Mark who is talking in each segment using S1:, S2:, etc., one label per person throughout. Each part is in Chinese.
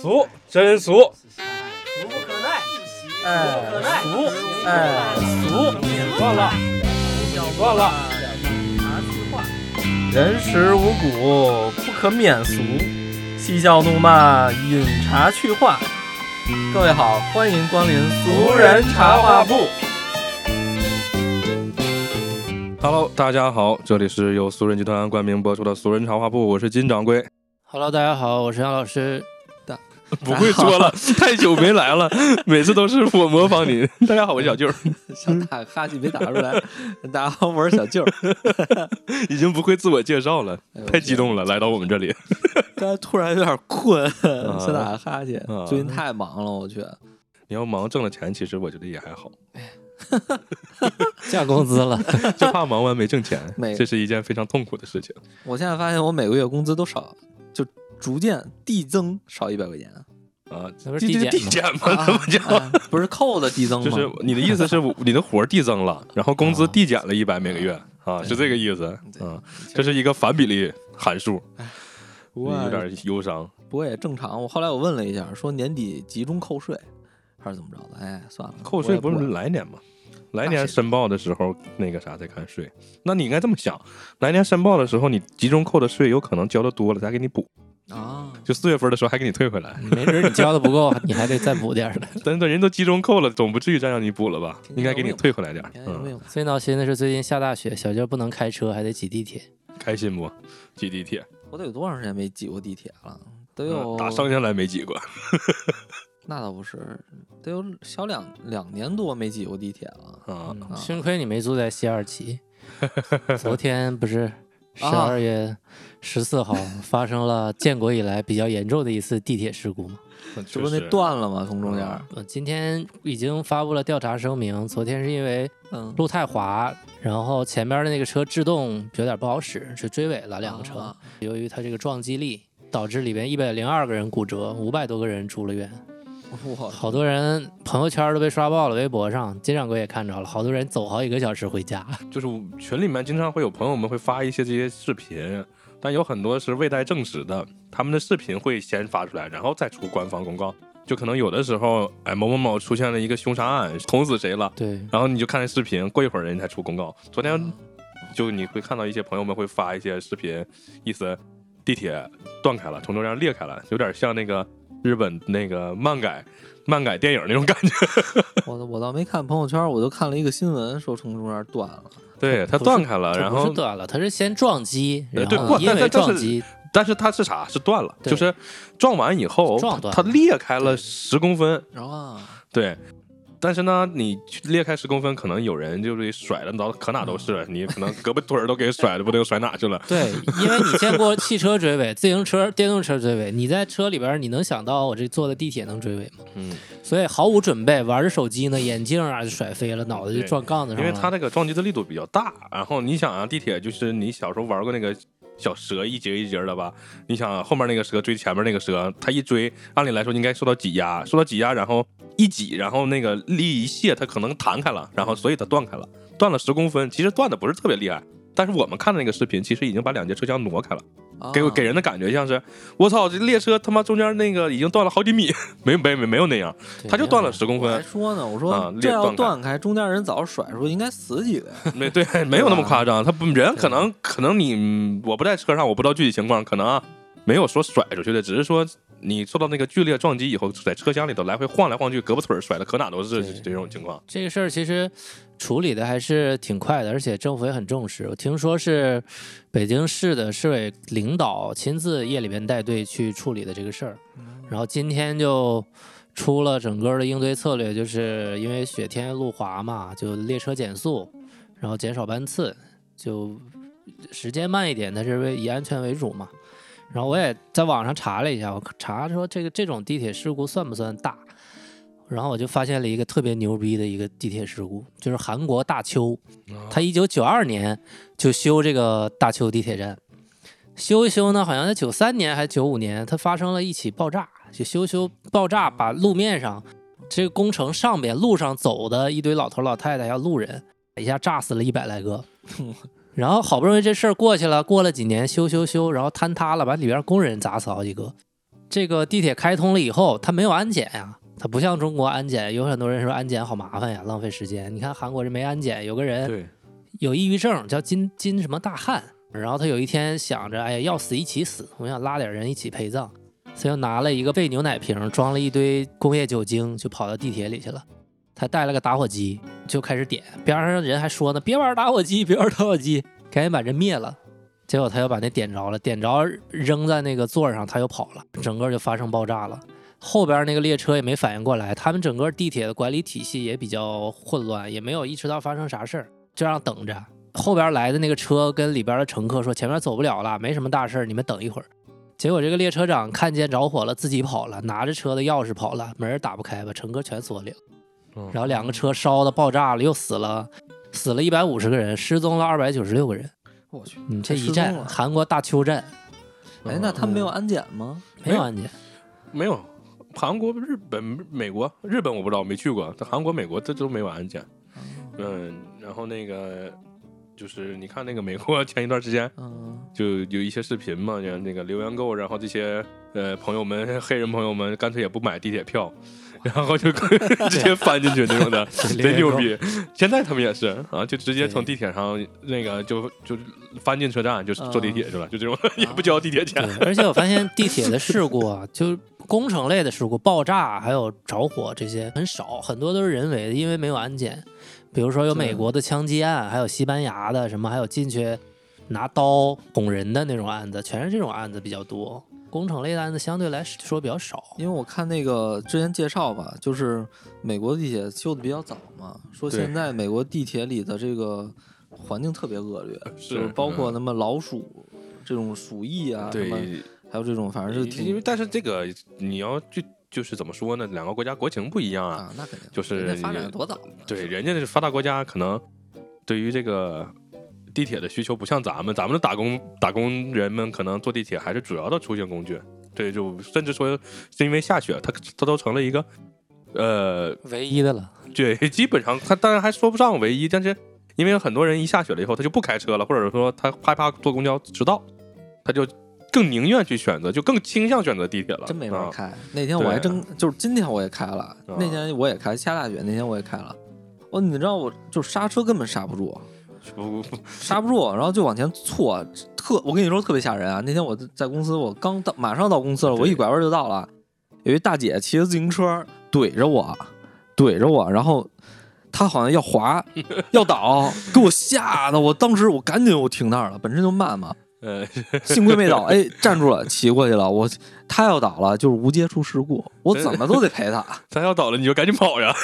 S1: 俗，真俗，
S2: 俗不可耐，
S3: 哎
S2: 可耐
S1: 俗，
S3: 哎，
S1: 俗，算了，算了，
S3: 人食五谷，不可免俗，嬉笑怒骂，饮茶去话。各位好，欢迎光临俗人茶话铺。
S4: Hello，大家好，这里是由俗人集团冠名播出的《俗人茶话部》，我是金掌 柜。
S5: Hello，大家好，我是杨老 师。
S4: 不会说了，太久没来 了，每次都是我模仿你。 大家好，我是小舅儿，
S5: 想打哈欠没打出来，大家好，我是小 舅儿。
S4: 已经不会自我介绍 了，
S5: 哎
S4: 太激，动了，来到我们这里。
S5: 我刚才突然有点困，想打个哈欠
S4: 啊。
S5: 最近太忙了，我去，
S4: 你要忙挣了钱，其实我觉得也还 好，
S5: 加工资了。
S4: 就怕忙完没挣钱
S5: 没，
S4: 这是一件非常痛苦的事情。
S5: 我现在发现我每个月工资都少，就逐渐递增少一百 块钱。
S4: 啊，
S6: 那不
S4: 这
S6: 是
S4: 这
S6: 递减
S4: 递
S6: 吗
S4: 减吗？ 怎么叫？
S5: 啊不是扣的递增
S4: 就
S5: 吗？哦
S4: 是你的意思是我你的活儿递增了，然后工资递减了一百每个月啊，是这个意思。
S5: 对
S4: 嗯，这是一个反比例函数，
S5: 不过
S4: 有点忧伤。
S5: 不过也正常。我后来我问了一下，说年底集中扣税还是怎么着的？哎，算了，
S4: 扣
S5: 我
S4: 税
S5: 也
S4: 不是来年吗？来年申报的时候，那个啥再看税。那你应该这么想，来年申报的时候，你集中扣的税有可能交的多了，再给你补，
S5: 啊，
S4: 就四月份的时候还给你退回来。
S6: 没准儿你交的不够，你还得再补点儿呢。
S4: 等等，人都集中扣了，总不至于再让你补了吧？
S5: 挺
S4: 应该给你退回来点儿。
S5: 哎没
S4: 嗯，
S5: 有
S6: 最闹心的是最近下大雪，小舅不能开车，还得挤地铁。
S4: 开心不？挤地铁，
S5: 我得有多长时间没挤过地铁了？得
S4: 嗯
S5: 有
S4: 打上下来没挤过。
S5: 那倒不是，得有小两两年多没挤过地铁了。
S4: 啊，
S5: 啊
S6: 幸亏你没住在西二旗。 昨天不 是十二月十四 号发生了建国以来比较严重的一次地铁事故吗？
S5: 这
S4: 这
S5: 嗯不那断了吗？从中间儿，
S6: 呃，今天已经发布了调查声明。昨天是因为
S5: 嗯，
S6: 路太滑，然后前面的那个车制动有点不好使，是追尾了两个车。
S5: 啊
S6: 由于它这个撞击力，导致里边一百零二个人骨折，五百多个人出了院。
S5: 我
S6: 好多人朋友圈都被刷爆了，微博上金掌柜也看着了，好多人走好几个小时回家。
S4: 就是群里面经常会有朋友们会发一些这些视频，但有很多是未待证实的，他们的视频会先发出来，然后再出官方公告。就可能有的时候，哎，某某某出现了一个凶杀案，捅死谁了，
S6: 对，
S4: 然后你就看视频，过一会儿人家才出公告。昨天就你会看到一些朋友们会发一些视频，意思地铁断开了，从中间裂开了，有点像那个日本那个漫改漫改电影那种感觉。
S5: 我我倒没看朋友圈，我就看了一个新闻，说从中间断了。
S4: 对，它
S6: 不是
S4: 断开啊了，然
S6: 它不
S4: 后
S6: 是断了，他是先撞击，
S4: 呃
S6: 然
S4: 对
S6: 后
S4: 不
S6: 因
S4: 但
S6: 为
S4: 但但是
S6: 撞击
S4: 但是它是啥？是断了，
S6: 对
S4: 就是撞完以后，
S6: 撞断
S4: 它
S6: 了
S4: 它裂开了
S6: 对
S4: 十公分，
S5: 然后啊，
S4: 对。但是呢，你去裂开十公分，可能有人就是甩的，到可哪都是，
S6: 嗯
S4: 你可能胳膊腿儿都给甩的，不知道甩哪去了。
S6: 对，因为你见过汽车追尾、自行车、电动车追尾，你在车里边，你能想到我这坐的地铁能追尾吗？
S4: 嗯，
S6: 所以毫无准备，玩着手机呢，眼镜啊就甩飞了，脑袋就
S4: 对
S6: 撞杠子
S4: 因
S6: 上了。
S4: 为它那个撞击的力度比较大，然后你想啊，地铁就是你小时候玩过那个小蛇一节一节的吧？你想、后面那个蛇追前面那个蛇，它一追，按理来说应该受到挤压，受到挤压，然后一挤，然后那个力一泄，它可能弹开了，然后所以它断开了，断了十公分。其实断的不是特别厉害，但是我们看的那个视频，其实已经把两节车厢挪开了，
S5: 啊
S4: 给我给人的感觉像是我操，这列车他妈中间那个已经断了好几米，没没没没有那样，
S6: 对
S4: 它就断了十公
S5: 我还
S4: 分，
S5: 说呢，我
S4: 啊
S5: 说
S4: 裂
S5: 这要
S4: 断开
S5: 断开，中间人早甩出去，应该死几个呀？
S4: 没对， 没有那么夸张。他不人可能可能你嗯我不在车上，我不知道具体情况，可能啊没有说甩出去的，只是说你受到那个剧烈撞击以后，在车厢里头来回晃来晃去，胳膊腿儿甩的可哪都是
S6: 对
S4: 这种情况。
S6: 这个事儿其实处理的还是挺快的，而且政府也很重视。我听说是北京市的市委领导亲自夜里边带队去处理的这个事儿，然后今天就出了整个的应对策略，就是因为雪天路滑嘛，就列车减速，然后减少班次，就时间慢一点，但是为以安全为主嘛。然后我也在网上查了一下，我查说这个这种地铁事故算不算大？然后我就发现了一个特别牛逼的一个地铁事故，就是韩国大邱，它一九九二年就修这个大邱地铁站，修一修呢，好像在九三年还是九五年，它发生了一起爆炸，就修修爆炸，把路面上这个工程上边路上走的一堆老头老太太还有路人，一下炸死了一百来个。然后好不容易这事儿过去了，过了几年修修修，然后坍塌了，把里边工人砸死好几个。这个地铁开通了以后，它没有安检呀、它不像中国安检，有很多人说安检好麻烦呀，浪费时间。你看韩国人没安检，有个
S5: 哎
S6: 人
S4: 对，
S6: 有抑郁症，叫金金什么大汉，然后他有一天想着，哎呀，要死一起死，我想拉点人一起陪葬，所以就拿了一个备牛奶瓶，装了一堆工业酒精，就跑到地铁里去了。他带了个打火机，就开始点，边上人还说呢，别玩打火机，别玩打火机，赶紧把这灭了。结果他又把那点着了，点着扔在那个座儿上，他又跑了，整个就发生爆炸了。后边那个列车也没反应过来，他们整个地铁的管理体系也比较混乱，也没有意识到发生啥事儿，就让等着。后边来的那个车跟里边的乘客说：“前面走不了了，没什么大事儿，你们等一会儿。”结果这个列车长看见着火了，自己跑了，拿着车的钥匙跑了，门儿打不开，把乘客全锁里了。然后两个车烧的爆炸了，又死了，死了一百五十个人，失踪了二百九十六个人。
S5: 我去，
S6: 嗯，这
S5: 失
S6: 一
S5: 踪
S6: 战，
S5: 了
S6: 韩国大邱战
S5: 哎，那他们没有安检吗？
S6: 没有安检，
S4: 嗯没有。韩国、日本、美国、日本我不知道，我没去过。但韩国、美国这都没有安检。嗯，然后那个就是你看那个美国前一段时间
S5: 嗯，
S4: 就有一些视频嘛，然后那个留言购，然后这些呃朋友们、 黑人朋友们干脆也不买地铁票， 然后就 直接翻进去那种的，贼牛逼！现在他们也是啊，就直接从地铁上那个就就翻进车站，就坐地
S5: 嗯
S4: 铁去了，就这种 也不交地铁钱。
S6: 对，而且我发现地铁的事故啊，就是工程类的事故，爆炸还有着火这些很少，很多都是人为的，因为没有安检。比如说有美国的枪击案，还有西班牙的什么，还有进去拿刀捅人的那种案子，全是这种案子比较多。工程类的案子相对来说比较少。
S5: 因为我看那个之前介绍吧，就是美国地铁修的比较早嘛，说
S4: 对
S5: 现在美国地铁里的这个环境特别恶劣，
S4: 是嗯
S5: 就是包括什么老鼠、这种鼠疫啊，什么
S4: 对，
S5: 还有这种反正是
S4: 因
S5: 挺
S4: 为但是这个你要就就是怎么说呢？两个国家国情不一样啊。
S5: 啊，那肯定
S4: 就是啊
S5: 人家发展得多早呢，
S4: 对，人家那是发达国家，可能对于这个地铁的需求不像咱们，咱们的打工打工人们可能坐地铁还是主要的出行工具。对，就甚至说是因为下雪，它它都成了一个呃，
S6: 唯一的了，
S4: 对，基本上它当然还说不上唯一，但是因为很多人一下雪了以后，他就不开车了，或者说他害怕坐公交迟到，他就更宁愿去选择，就更倾向选择地铁了。
S5: 真没
S4: 啊
S5: 法开。那天我还真就是今天我也开了，那天我也开，下大雪那天我也开了。哦，你知道我就刹车根本刹不住，
S4: 不不
S5: 刹不住，然后就往前错，特我跟你说特别吓人啊！那天我在公司，我刚到，马上到公司了，我一拐弯就到了，有一大姐骑着自行车怼着我，怼着我，然后她好像要滑要倒，给我吓得我当时我赶紧我停那儿了，本身就慢嘛，
S4: 呃，
S5: 幸亏没倒，哎，站住了，骑过去了。我他要倒了，就是无接触事故，我怎么都得赔他，
S4: 咱要倒了你就赶紧跑呀！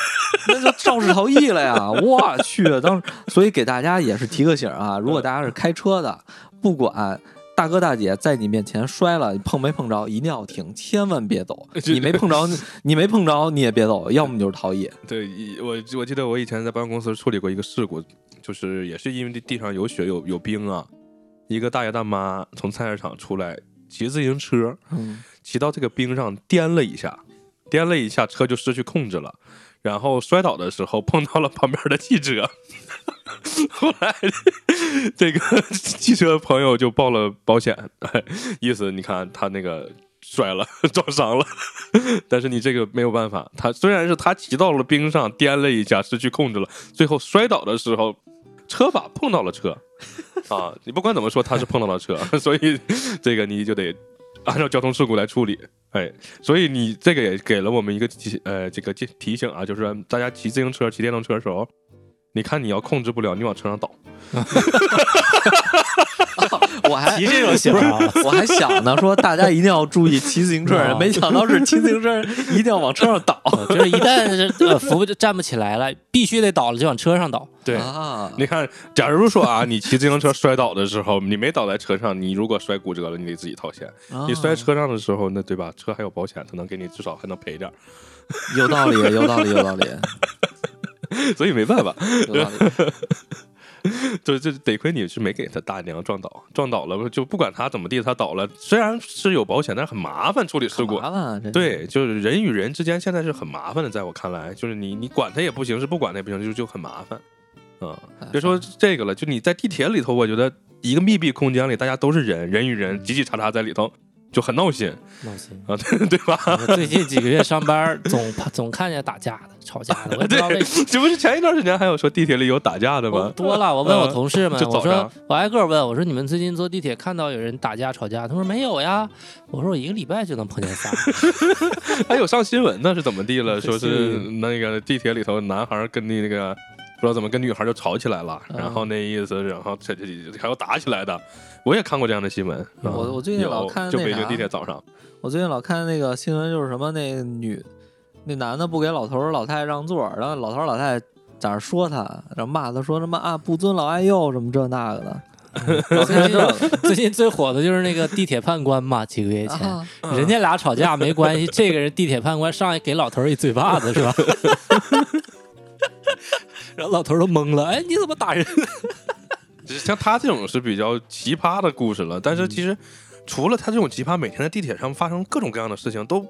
S5: 那就肇事逃逸 了呀！我去，当时所以给大家也是提个醒啊，
S4: 嗯
S5: 如果大家是开车的，不管。大哥大姐在你面前摔了，你碰没碰着，一定要停，千万 别走。你没碰着，你没碰着，你也别走，要么就是逃逸。
S4: 对，一我我记得我以前在搬公司处理过一个事故，就是也是因为地地上有雪有有冰啊，一个大爷大妈从菜市场出来，骑自行车
S5: 嗯，
S4: 骑到这个冰上颠了一下，颠了一下车就失去控制了，然后摔倒的时候碰到了旁边的汽车， 后来这个 汽车朋友就报了保险，意思你看他那个摔了撞伤了，但是你这个没有办法，他虽然是他骑到了冰上颠了一下失去控制了，最后摔倒的时候车把碰到了车。 啊，你不管怎么说，他是碰到了车， 所以这个你就得按照交通事故来处理。哎，所以你这个也给了我们一个提呃这个提提醒啊，就是大家骑自行车、骑电动车的时候，你看你要控制不了，你往车上倒。
S5: 我还
S6: 提这种醒啊，
S5: 我还想呢，说大家一定要注意骑自行车
S4: 哦
S5: 人，没想到是骑自行车人一定要往车上倒
S6: 就是一旦是呃扶不站不起来了，必须得倒了就往车上倒。
S4: 对，
S5: 啊！
S4: 你看，假如说啊，你骑自行车摔倒的时候，你没倒在车上，你如果摔骨折了，你得自己掏钱。
S5: 啊
S4: 你摔车上的时候，那对吧？车还有保险，它能给你至少还能赔点儿，
S5: 有道理，有道理，有道理，
S4: 所以没办法，
S5: 有道理。
S4: 就就得亏你是没给他大娘撞倒，撞倒了就不管他怎么地，他倒了，虽然是有保险， 但是很麻烦处理事
S5: 很
S4: 故。
S5: 麻烦啊，这
S4: 对，就是人与人之间现在是很麻烦的，在我看来，就是你你管他也不行，是不管他也不行，就就很麻烦。啊、别说这个了，就你在地铁里头，我觉得一个密闭空间里，大家都是人，人与人叽叽喳喳在里头，就很闹心
S6: 闹心。
S4: 啊， 对对吧？
S6: 我最近几个月上班儿总总看见打架的、吵架的，我也不知道为什么。
S4: 这不是前一段时间还有说地铁里有打架的
S6: 我
S4: 吗？嗯
S6: 多了，我问我同事们，
S4: 就
S6: 我
S4: 早上
S6: 说我挨个问，我说你们最近坐地铁看到有人打架吵架？他说没有呀。我说我一个礼拜就能碰见 仨。
S4: 还有上新闻呢，是怎么地 了？说是那个地铁里头男孩跟那那个不知道怎么跟女孩就吵起来了，
S6: 嗯
S4: 然后那意思，然后这这这还有打起来的，我也看过这样的新闻。
S6: 嗯
S5: 我
S4: 啊
S5: 我最近
S4: 有
S5: 老看
S4: 就
S5: 那
S4: 北京
S5: 啥
S4: 地铁早上，
S5: 我最近老看那个新闻，就是什么那个女那男的不给老头儿老太太让座儿，然后老头儿老太太在那儿说他，然后骂他说他妈啊不尊老爱幼什么这那个的，
S6: 最近最近最火的就是那个地铁判官嘛，几个月前，
S5: 啊
S6: 人家俩吵架没关系，这个人地铁判官上来给老头儿一嘴巴子是吧？ 然后老头儿都懵了，哎，你怎么打人？
S4: 就是像他这种是比较奇葩的故事了，但是
S5: 嗯
S4: 其实除了他这种奇葩，每天在地铁上发生各种各样的事情都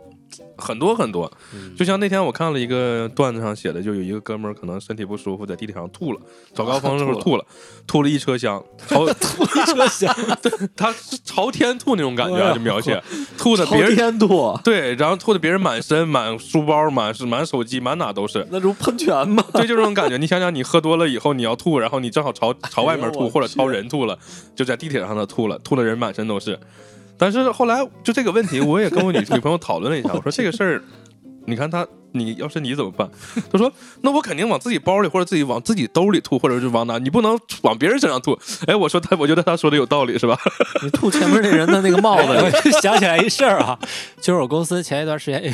S4: 很多很多。
S5: 嗯
S4: 就像那天我看了一个段子上写的，就有一个哥们儿可能身体不舒服，在地铁上吐了，早高峰的时 候吐了，吐了一车厢，朝吐一车厢，对，他是朝天吐那种感觉啊，就描写吐的
S5: 哎朝
S4: 别人。
S5: 天度，
S4: 对，然后吐的别人满身、满书包、满是满手机、满哪都是，
S5: 那不喷泉吗？
S4: 对，就这种感觉。你想想，你喝多了以后，你要吐，然后你正好
S6: 哎
S4: 朝朝外面吐，或者朝人吐了，就在地铁上的吐了，吐的人满身都是。但是后来就这个问题，我也跟我女女朋友讨论了一下，我说这个事儿，你看她，你要是你怎么办？她说那我肯定往自己包里或者自己往自己兜里吐，或者是往哪，你不能往别人身上吐。哎，我说她，我觉得她说的有道理，是吧？
S5: 你吐前面那人的那个帽子
S6: 我
S5: 里，
S6: 就想起来一事儿啊，就是我公司前一段时间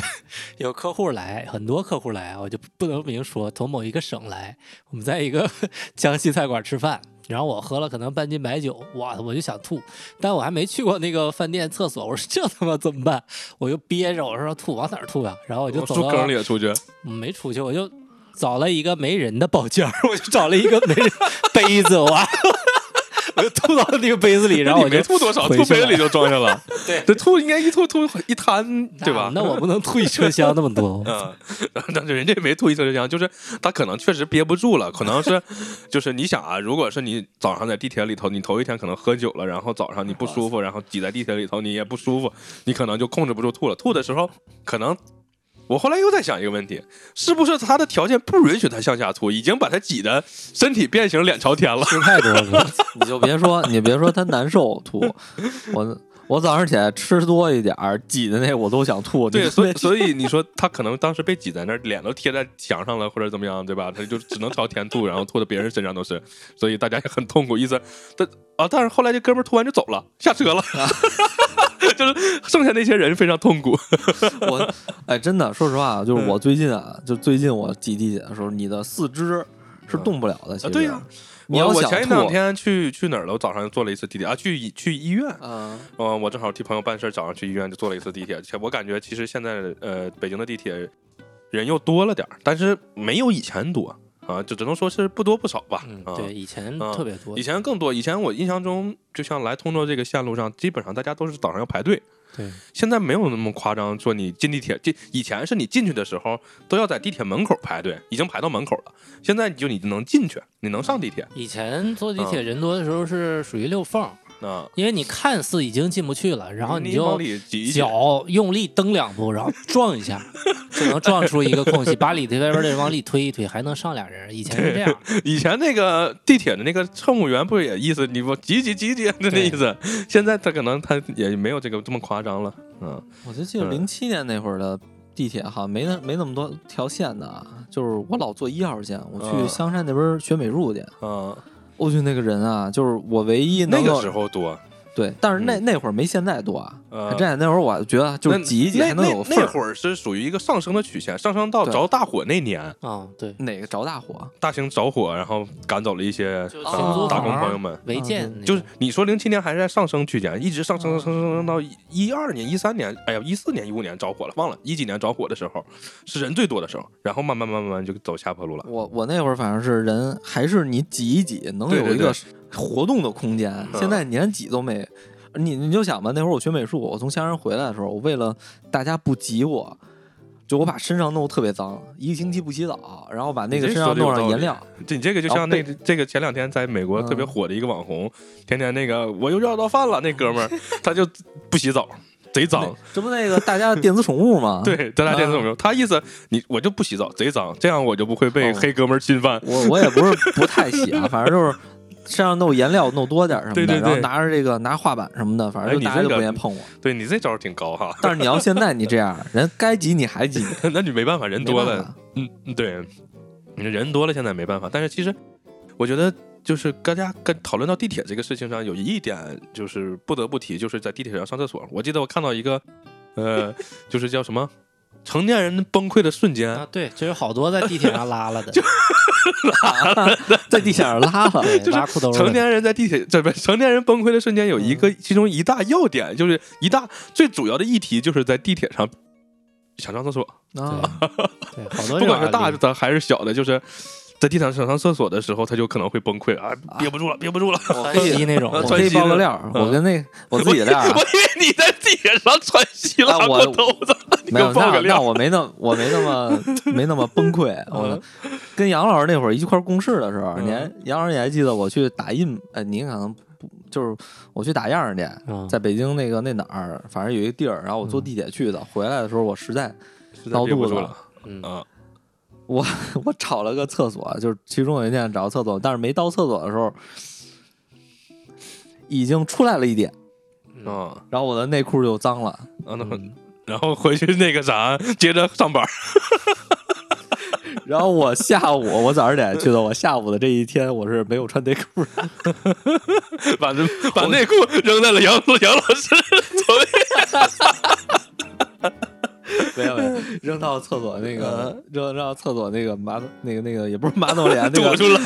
S6: 有客户来，很多客户来，啊我就不能明说，从某一个省来，我们在一个 江西菜馆吃饭。然后我喝了可能半斤白酒，哇，我就想吐，但我还没去过那个饭店厕所，我说这他妈怎么办？我就憋着，我说吐往哪儿吐啊？然后我就
S4: 往
S6: 走
S4: 哦树
S6: 到
S4: 坑里也出去，
S6: 我没出去，我就找了一个没人的包间儿，我就找了一个没人杯子，哇， 我就吐到那个杯子里，然后
S4: 你
S6: 我就
S4: 没吐多少，
S6: 回
S4: 吐
S6: 去
S4: 杯
S6: 了
S4: 里就装下 了。对，这吐应该一吐吐一滩，对吧？，
S6: 那我不能吐一车厢那么多
S4: 嗯，但是人家也没吐一车厢，就是他可能确实憋不住了，可能是，就是你想啊，如果是你早上在地铁里头，你头一天可能喝酒了，然后早上你不舒服，然后挤在地铁里头你也不舒服，你可能就控制不住吐了。吐的时候，可能我后来又在想一个问题，是不是他的条件不允许他向下吐，已经把他挤得身体变形，脸朝天了？
S6: 吃太多了。
S5: 你就别说，你别说他难受吐，我我早上起来吃多一点儿，挤的那我都想吐。
S4: 对，
S5: 你
S4: 所以所以你说他可能当时被挤在那儿，脸都贴在墙上了，或者怎么样，对吧？他就只能朝天吐，然后吐到别人身上都是，所以大家也很痛苦。意思，但啊，但是后来这哥们儿吐完就走了，下车了，
S5: 啊
S4: 就是剩下那些人非常痛苦。
S5: 我哎，真的，说实话，就是我最近啊，就最近我挤地铁的时候，你的四肢是动不了的。其实
S4: 嗯啊对呀
S5: 你
S4: 我
S5: 要
S4: 我
S5: 想
S4: 前一
S5: 吐
S4: 两天去去哪儿了？我早上坐了一次地铁啊，去医去医院。
S5: 嗯，
S4: 嗯、我正好替朋友办事儿，早上去医院就坐了一次地铁。且我感觉其实现在呃，北京的地铁人又多了点儿，但是没有以前多啊，就只能说是不多不少吧。
S6: 嗯，
S4: 啊、
S6: 对，以前
S4: 嗯
S6: 特别多
S4: 以，前更多，以前我印象中，就像来通州这个线路上，基本上大家都是早上要排队。
S6: 对，
S4: 现在没有那么夸张，说你进地铁，这以前是你进去的时候都要在地铁门口排队，已经排到门口了。现在你就你能进去，你能上地铁
S6: 以前坐地
S4: 嗯
S6: 铁人多的时候是属于溜缝，
S4: 啊。
S6: 因为你看似已经进不去了，然后
S4: 你
S6: 你
S4: 一往
S6: 就。
S4: 里挤一挤
S6: 啊脚用力蹬两步，然后撞一下，就能撞出一个空隙，把里头外边的人往里推一推，还能上俩人。以前是这样，
S4: 以前那个地铁的那个乘务员不是也意思你往挤挤挤挤那
S6: 对
S4: 意思？现在他可能他也没有这个这么夸张了。嗯，
S5: 我就记得
S4: 嗯
S5: 零七年那会儿的地铁哈，没那没那么多条线的啊，就是我老坐一号线，我去
S4: 嗯
S5: 香山那边学美术去，
S4: 啊，
S5: 我去那个人啊，就是我唯一
S4: 那
S5: 能
S4: 个
S5: 够
S4: 时候嗯多，
S5: 对，但是那那会儿没现在多啊。
S4: 呃
S5: 真的那会儿我觉得就
S4: 那
S5: 挤一挤
S4: 那
S5: 还能有
S4: 那
S5: 份
S4: 那
S5: 儿。
S4: 会儿是属于一个上升的曲线，上升到
S5: 对
S4: 着大火那年，
S6: 啊，
S4: 嗯
S6: 对，
S5: 哪个着大火？
S4: 大型着火，然后赶走了一些
S6: 就
S4: 呃
S5: 群租
S4: 打工
S6: 房
S4: 朋友们。
S6: 违
S5: 啊
S6: 建
S5: 对
S6: 那
S4: 就是
S6: 种嗯
S4: 你说零七年还是在上升区间，一直上升上升上升到一二年、一三年，哎呀，一四年、一五年着火了，忘了一几年着火的时候是人最多的时候，然后慢慢慢慢慢慢就走下坡路了。
S5: 我我那会儿反正是人，还是你挤一挤能
S4: 对
S5: 有
S4: 对
S5: 一
S4: 对嗯
S5: 个活动的空间。现在你连挤都没，你你就想吧，那会儿我学美术，我从香山回来的时候，我为了大家不挤我，就我把身上弄得特别脏，一个星期不洗澡，然后把那个
S4: 你这
S5: 身上弄
S4: 说得有道
S5: 上颜
S4: 理
S5: 料。
S4: 这你这个就
S5: 然后
S4: 像那这个前两天在美国特
S5: 嗯
S4: 别火的一个网红，天天那个我又要到饭了那哥们儿，他就不洗澡，贼脏。
S5: 这不那个 大家的电子宠物吗？
S4: 对，，咱俩电子
S5: 啊
S4: 怎么说？他意思你我就不洗澡，贼脏，这样我就不会被
S5: 哦
S4: 黑哥们儿侵犯。
S5: 我我也不是不太洗啊，反正就是身上弄颜料弄多点儿什么
S4: 对
S5: 的，
S4: 对对
S5: 然后拿着这个拿画板什么的，反正
S4: 哎
S5: 就
S4: 你
S5: 大
S4: 这
S5: 家就
S4: 个
S5: 不愿意碰我。
S4: 对你这招儿挺高哈，
S5: 但是你要现在你这样，人该挤你还挤你，
S4: 那你没办法，人多
S5: 没
S4: 了
S5: 办，法
S4: 嗯，嗯对，人多了现在没办法。但是其实我觉得，就是大家跟讨论到地铁这个事情上，有一点就是不得不提，就是在地铁上上厕所。我记得我看到一个，呃，就是叫什么成年人崩溃的瞬间
S6: 啊，，对，就有好多在地铁上拉了 的，
S5: 在地下上拉了。
S6: 对，
S4: 就是
S6: 拉裤兜
S4: 成
S6: 的。
S4: 年人在地铁这边，成年人崩溃的瞬间有一个，其中一大要点就是一大最主要的议题就是在地铁上想上厕所，哦
S5: 啊，
S6: 对，哎对好
S4: 不
S6: 多这种
S4: 管是
S6: 案
S4: 大
S6: 例
S4: 的还是小的，就是在地铁上想上厕所的时候，他就可能会崩溃啊，憋不住了，憋不住了。
S5: 我
S6: 穿
S5: 可以
S6: 西那种，
S5: 我
S4: 穿
S5: 可以
S4: 西
S5: 爆
S4: 的
S5: 个料儿，我跟那我自己的料儿
S4: 我
S5: 啊，
S4: 以为你在地铁上穿西拉
S5: 啊我
S4: 裤兜子，你给
S5: 没有
S4: 我爆
S5: 那
S4: 个
S5: 那
S4: 料。嗯
S5: 我没那我没那 么没那么崩溃。我跟杨老师那会儿一块儿共事的时候，你还杨老师你还记得我去打印？呃，您可能不就是我去打样儿去，
S6: 嗯
S5: 在北京那个那哪儿，反正有一个地儿，然后我坐
S4: 嗯
S5: 地铁去的。回来的时候，我实在
S4: 实在
S5: 闹
S4: 憋不
S5: 肚
S4: 住
S5: 子
S4: 了，
S6: 嗯
S4: 啊，
S5: 我找了个厕所，就是其中有一天找厕所，但是没到厕所的时候，已经出来了一点，
S4: 啊啊，
S5: 然后我的内裤就脏了。
S4: 那很然后回去那个啥，接着上班。
S5: 然后我下午，我早上点去的，我下午的这一天我是没有穿内裤的。
S4: 把这把内裤扔在了杨杨老师左边。
S5: 没有没有，扔到厕所那
S6: 嗯
S5: 个，扔扔到厕所那个马桶，那个那个也不是马桶里，啊，那
S4: 躲
S5: 个
S4: 出了，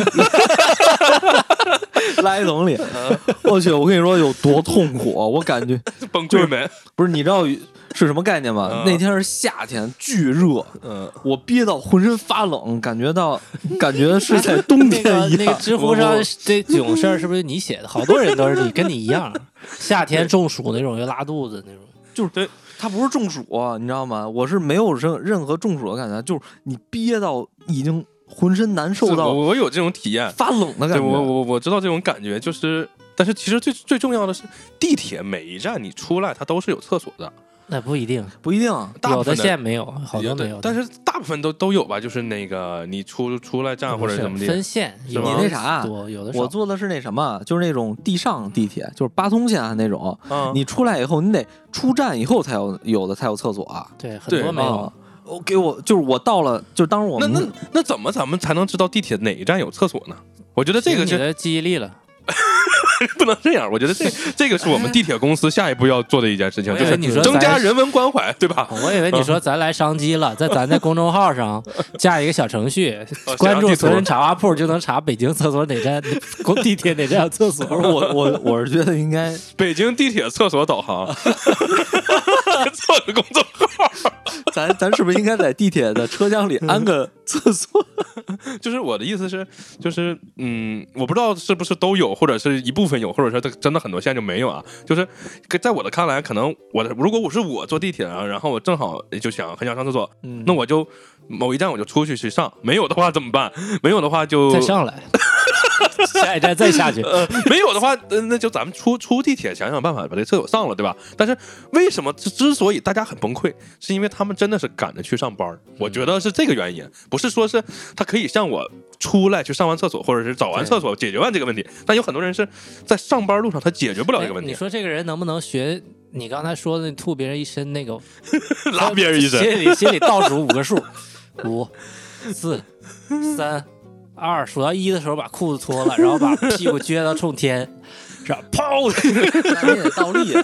S5: 垃圾桶里。
S6: 嗯
S5: 我去，我跟你说有多痛苦，我感觉
S4: 崩溃没？
S5: 不是你知道是什么概念吗？
S4: 嗯
S5: 那天是夏天，巨热，
S4: 嗯，
S5: 我憋到浑身发冷，感觉到感觉是在冬天
S6: 那个
S5: 一
S6: 那
S5: 样。
S6: 个知乎上这种事儿是不是你写的？好多人都是你跟你一 样，夏天中暑那种又拉肚子那种。
S5: 它不是中暑，啊你知道吗？我是没有任任何中暑的感觉，就是你憋到已经浑身难受
S4: 是我
S5: 到
S4: 我有这种体验，
S5: 发冷的感
S4: 对
S5: 觉。
S4: 我我我知道这种感觉，就是，但是其实最最重要的是，地铁每一站你出来，它都是有厕所的，
S6: 那不一定，
S5: 不一定，
S4: 大部
S6: 有的
S4: 分
S6: 县没有，好多
S4: 对
S6: 没有的。
S4: 但是大部分都都有吧，就是那个你出出来站或者
S6: 不是
S4: 怎么
S6: 分
S4: 的，
S6: 县，
S4: 是
S6: 有
S4: 吗
S6: 的
S5: 你那啥
S6: 多，有的少
S5: 我坐的是那什么，就是那种地上地铁，就是八通线啊那种。
S4: 啊，
S5: 你出来以后，你得出站以后才有有的才有厕所啊。
S6: 对哦很
S4: 对
S6: 多没有
S5: 啊。我给我就是我到了，就是当时我
S4: 那
S5: 们
S4: 那那怎么咱们才能知道地铁哪一站有厕所呢？我觉得这个
S6: 凭你
S4: 是
S6: 的记忆力了，
S4: 不能这样，我觉得 这这个是我们地铁公司下一步要做的一件事情，
S6: 我以
S4: 就
S6: 为
S4: 是
S6: 你说
S4: 增加
S6: 咱
S4: 人文关怀，对吧？
S6: 我以为你说咱来商机了，在咱在公众号 上加一个小程序
S4: 哦，
S6: 关注“
S4: 小地图
S6: 所人茶话铺”就能查北京厕所哪站、公地铁哪站有厕所。
S5: 不是我我我是觉得应该
S4: 北京地铁厕所导 航， 做个工作
S5: 咱咱是不是应该在地铁的车厢里安个厕所？
S4: 就是我的意思是，就是嗯，我不知道是不是都有，或者是一部分有，或者是它真的很多现在就没有啊。就是跟在我的看来，可能我的如果我是我坐地铁啊，然后我正好就想很想上厕所，
S5: 嗯
S4: 那我就某一站我就出去去上，没有的话怎么办？没有的话就
S6: 再上来， 下一站再下去。
S4: 呃， 没有的话，呃那就咱们出出地铁，想想办法把这厕所上了，对吧？但是为什么之之所以大家很崩溃，是因为他们真的是赶着去上班儿，我觉得是这个原因，不是说是他可以像我出来去上完厕所，或者是找完厕所解决完这个问题，但有很多人是在上班路上他解决不了这个问
S6: 哎你
S4: 题，
S6: 说这个人能不能学你刚才说的吐别人一身那个
S4: 拉别人一身。
S6: 心里心里倒数五个数， 五、四、三、二，数到一的时候把裤子脱了，然后把屁股撅到冲天，是吧？ 砰！
S5: 那也倒立啊，